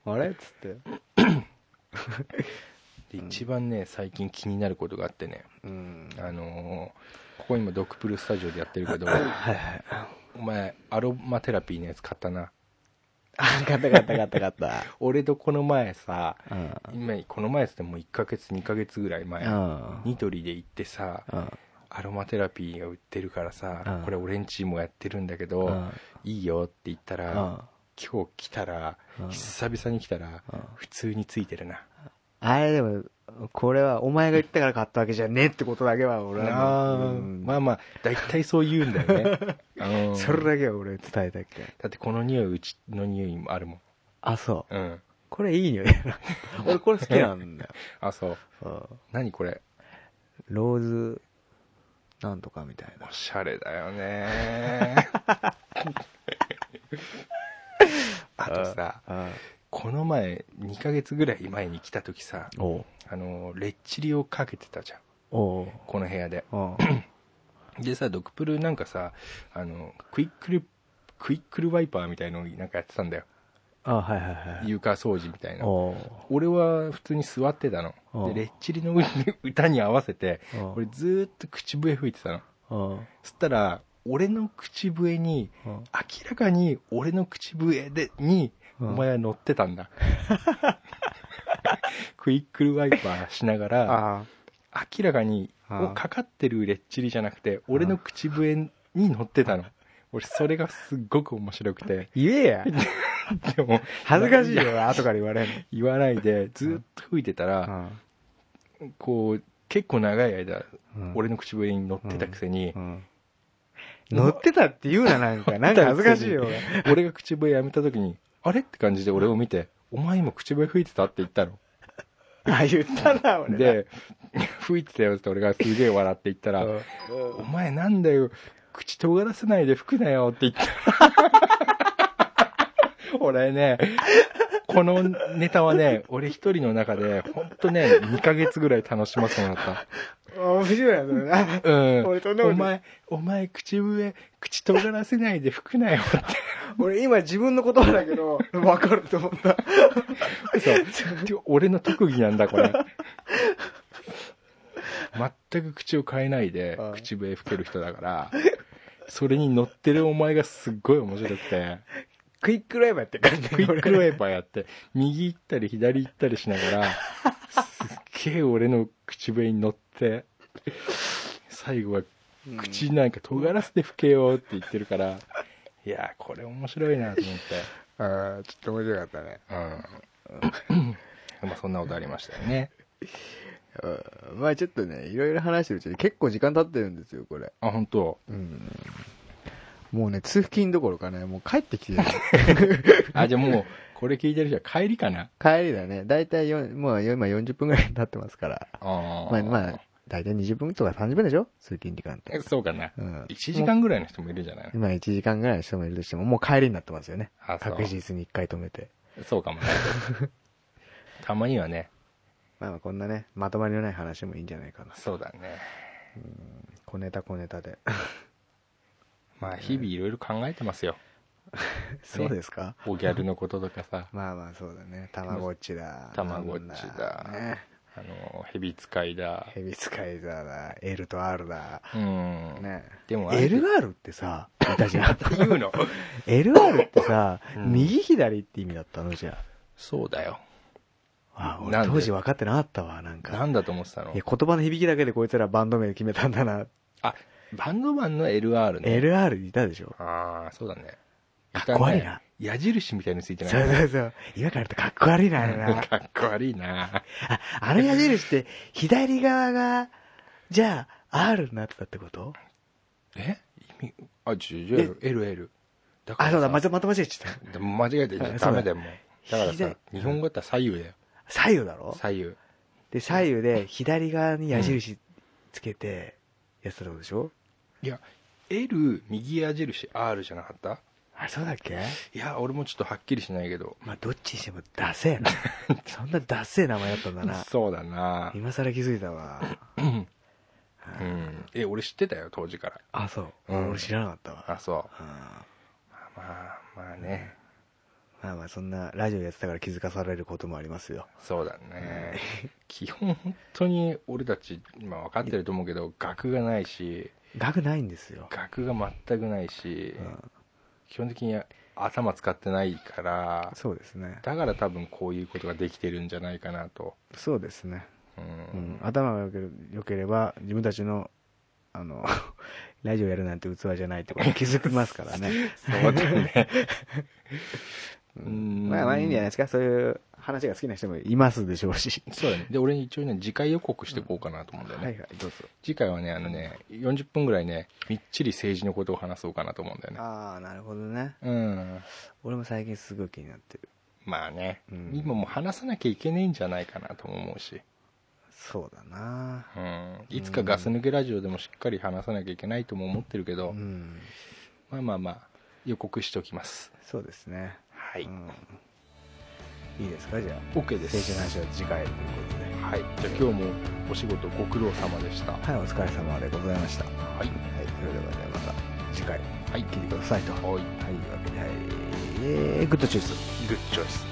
Speaker 4: あれっつって。
Speaker 3: で一番ね最近気になることがあってね
Speaker 4: うん。
Speaker 3: あのーここ今ドクプルスタジオでやってるけどお前アロマテラピーのやつ買ったな
Speaker 4: あ、ガタガタガタガタ。
Speaker 3: 俺とこの前さ
Speaker 4: うん。
Speaker 3: 今この前っつってもう1ヶ月2ヶ月ぐらい前
Speaker 4: うん
Speaker 3: ニトリで行ってさ
Speaker 4: うん。
Speaker 3: アロマテラピーが売ってるからさ、
Speaker 4: うん
Speaker 3: これ俺んちもやってるんだけど、
Speaker 4: うん
Speaker 3: いいよって言ったら、
Speaker 4: うん
Speaker 3: 今日来たら、
Speaker 4: うん
Speaker 3: 久々に来たら、
Speaker 4: うん
Speaker 3: 普通についてるな。
Speaker 4: あれでも、これはお前が言ったから買ったわけじゃねえってことだけは俺はもう、うん
Speaker 3: まあまあ、だいたいそう言うんだよ ね。うん
Speaker 4: それだけは俺伝えたっけ。
Speaker 3: だってこの匂い、うちの匂いもあるもん。
Speaker 4: あ、そう。
Speaker 3: うん。
Speaker 4: これいい匂いだ な。俺これ好きなん だよ。
Speaker 3: あ、そう。
Speaker 4: うん
Speaker 3: 何これ。
Speaker 4: ローズ、なんとかみたいな
Speaker 3: お。しゃれだよ ね。あとさ、
Speaker 4: うん
Speaker 3: この前、2ヶ月ぐらい前に来た時さ、
Speaker 4: おう
Speaker 3: あの、レッチリをかけてたじゃん。
Speaker 4: おう
Speaker 3: この部屋で。
Speaker 4: おう
Speaker 3: でさ、ドクプルなんかさ、あの、クイックル、クイックルワイパーみたいのなんかやってたんだよ。
Speaker 4: あ、はいはいはい。
Speaker 3: 床掃除みたいな。
Speaker 4: おう
Speaker 3: 俺は普通に座ってたの
Speaker 4: お。う
Speaker 3: で、レッチリの歌に合わせて
Speaker 4: おう、
Speaker 3: 俺ずーっと口笛吹いてたの。
Speaker 4: おう
Speaker 3: そしたら、俺の口笛に、
Speaker 4: おう
Speaker 3: 明らかに俺の口笛で、に、お
Speaker 4: おう
Speaker 3: 前は乗ってたん だ。クイックルワイパーしながら、
Speaker 4: あ
Speaker 3: 明らかに、
Speaker 4: ああ
Speaker 3: おかかってるレッチリじゃなくて、俺の
Speaker 4: 。
Speaker 3: 口笛に乗ってたの。俺、それがすっごく面白くて
Speaker 4: 言えや。
Speaker 3: でも、
Speaker 4: 恥ずかしいよ な、後から言われる
Speaker 3: 言わないで、ずっと吹いてたら、
Speaker 4: の。
Speaker 3: こう、結構長い間、
Speaker 4: うん
Speaker 3: 俺の口笛に乗ってたくせに、
Speaker 4: うん乗ってたって言うな、 なんか。なんか恥ずかしいよ。俺
Speaker 3: 俺が口笛やめた時に、あれって感じで俺を見て、お前今口笛吹いてたって言ったの。
Speaker 4: あ、言った な、俺。
Speaker 3: で、 吹いてたよって俺がすげえ笑って言った
Speaker 4: う
Speaker 3: ら、
Speaker 4: ん、
Speaker 3: お前なんだよ、口尖らせないで吹くなよって言った。 俺ね、このネタはね、俺一人の中で、ほんとね、2ヶ月ぐらい楽しませてもらった。
Speaker 4: 面白いな、それな。
Speaker 3: うん。
Speaker 4: 俺とんでも
Speaker 3: お
Speaker 4: な
Speaker 3: 前、お前、口笛、口尖らせないで吹くなよっ
Speaker 4: 俺今自分の言葉だけど、わかると思 った。
Speaker 3: て。そう。て か俺の特技なんだ、これ。全く口を変えないで
Speaker 4: ああ、
Speaker 3: 口笛吹ける人だから、それに乗ってるお前がすっごい面白くて、
Speaker 4: クイックライバーって感じ
Speaker 3: クイックルエーパーやって、右行ったり左行ったりしながら、すっげえ俺の口笛に乗って、最後は口なんか尖らせて吹けよって言ってるから、いやー、これ面白いなと思って。
Speaker 4: ああ、ちょっと面白かったね。
Speaker 3: うん。まあそんなことありましたよね。
Speaker 4: うんまあちょっとね、いろいろ話してるうちに結構時間経ってるんですよ、これ。
Speaker 3: あ、本当。
Speaker 4: うん。もうね、通勤どころかね、もう帰ってきて る。
Speaker 3: あ、じゃあもう、これ聞いてる人は帰りかな。
Speaker 4: 帰りだね。だいたいよん、もう今40分ぐらい経ってますから。
Speaker 3: あ
Speaker 4: まあまあ、だいたい20分とか30分でしょ通勤時間って。
Speaker 3: あ。そうかな。
Speaker 4: うん。
Speaker 3: 1時間ぐらいの人もいるんじゃない
Speaker 4: 今1時間ぐらいの人もいるとしても、もう帰りになってますよね。
Speaker 3: あそう
Speaker 4: 確実に1回止めて。
Speaker 3: そう かもね。たまにはね。
Speaker 4: まあまあこんなね、まとまりのない話もいいんじゃないかな。
Speaker 3: そうだね。
Speaker 4: 小ネタ小ネタで。
Speaker 3: まあ日々いろいろ考えてますよ。
Speaker 4: そうですか
Speaker 3: おギャルのこととか さ、
Speaker 4: まあまあそうだね。たまごっちだ。
Speaker 3: たまごっちだ
Speaker 4: なんね。
Speaker 3: あの、蛇使いだ。
Speaker 4: ヘビ使いだだ、L と R だ。
Speaker 3: うん。
Speaker 4: ね。
Speaker 3: でもあれ
Speaker 4: LR ってさ、私は。
Speaker 3: 言うの。
Speaker 4: LR ってさ、
Speaker 3: うん
Speaker 4: 右左って意味だったのじゃ
Speaker 3: そうだよ。
Speaker 4: あ。あ、
Speaker 3: な
Speaker 4: 俺
Speaker 3: んで
Speaker 4: 当時分かってなかったわ、なん
Speaker 3: な
Speaker 4: か。
Speaker 3: んだと思ってたの
Speaker 4: いや、言葉の響きだけでこいつらバンド名決めたんだな。
Speaker 3: あ、バンドマンの LR ね。
Speaker 4: LR いたでしょ。
Speaker 3: ああ、そうだね。
Speaker 4: かっこ悪いな
Speaker 3: たね。矢印みたいについて
Speaker 4: そ
Speaker 3: な
Speaker 4: う
Speaker 3: い。
Speaker 4: そうそう。今からやるとかっこ悪いな、あれな。
Speaker 3: かっこ悪いな。
Speaker 4: あ、あの矢印って、左側が、じゃあ、R になってたってこと
Speaker 3: え意味、あ、じゃあ、LL。だ
Speaker 4: あ、そうだ、ま
Speaker 3: さ
Speaker 4: たまた間違えちゃった。
Speaker 3: 間違えて
Speaker 4: あ
Speaker 3: ダ
Speaker 4: そうだ
Speaker 3: メだよ、もう。だからさ
Speaker 4: 左、
Speaker 3: 日本語だったら左右だよ。
Speaker 4: 左右だろ
Speaker 3: 左右。
Speaker 4: で、左右で左側に矢印つけて、やってたことでしょ、
Speaker 3: いや、L、右矢印、R じゃなかった
Speaker 4: あ、そうだっけ
Speaker 3: いや、俺もちょっとはっきりしないけど。
Speaker 4: まあ、どっちにしてもダ セえな。そんなダセえ名前だったんだな。
Speaker 3: そうだな。
Speaker 4: 今更気づいたわ。
Speaker 3: うん。え、俺知ってたよ、当時から。
Speaker 4: あ、そ
Speaker 3: う
Speaker 4: う。
Speaker 3: ん
Speaker 4: 俺知らなかったわ。
Speaker 3: あ、そう。
Speaker 4: うん
Speaker 3: まあ、まあね。
Speaker 4: まあまあ、そんなラジオやってたから気づかされることもありますよ。
Speaker 3: そうだね。 基本、本当に俺たち、まあ分かってると思うけど、学がないし、
Speaker 4: 学ないんですよ。
Speaker 3: 学が全くないし、
Speaker 4: うん
Speaker 3: 基本的に頭使ってないから、
Speaker 4: そうですね。
Speaker 3: だから多分こういうことができてるんじゃないかなと。
Speaker 4: そうですね。
Speaker 3: う。
Speaker 4: うんん。頭が良けれ良ければ、自分たちの、あの、 ラジオやるなんて器じゃないって ことに気づきますからね。
Speaker 3: そうだ ね。うん
Speaker 4: まあまあいいんじゃないですか。そういう話が好きな人もいますでしょうし。
Speaker 3: そうだね。で、俺一応ね、次回予告していこうかなと思うんだよ
Speaker 4: は
Speaker 3: ね。
Speaker 4: いはい、どうぞ。
Speaker 3: 次回はね、あのね、40分ぐらいね、みっちり政治のことを話そうかなと思うんだよね。
Speaker 4: ああ、なるほどね。
Speaker 3: うん。
Speaker 4: 俺も最近すごい気になってる。
Speaker 3: まあね、
Speaker 4: うん
Speaker 3: 今もう話さなきゃいけないんじゃないかなとも思うし、
Speaker 4: そうだな。
Speaker 3: うん、いつかガス抜けラジオでもしっかり話さなきゃいけないとも思ってるけど、
Speaker 4: うん。
Speaker 3: まあまあまあ、予告しておきます。
Speaker 4: そうですね。
Speaker 3: はい。
Speaker 4: うん。いいですか、じゃあ。
Speaker 3: OK で
Speaker 4: 政治
Speaker 3: す。
Speaker 4: の話は次回ということで。
Speaker 3: はい。じゃあ今日もお仕事ご苦労様でした。は。
Speaker 4: はい、お疲れ様でございました。はいい、それではね、また次回、
Speaker 3: はい。
Speaker 4: 聞いてくださいと。はい、
Speaker 3: はい。
Speaker 4: というわけで、はい、えーグッドチョイス。
Speaker 3: グッチョイス。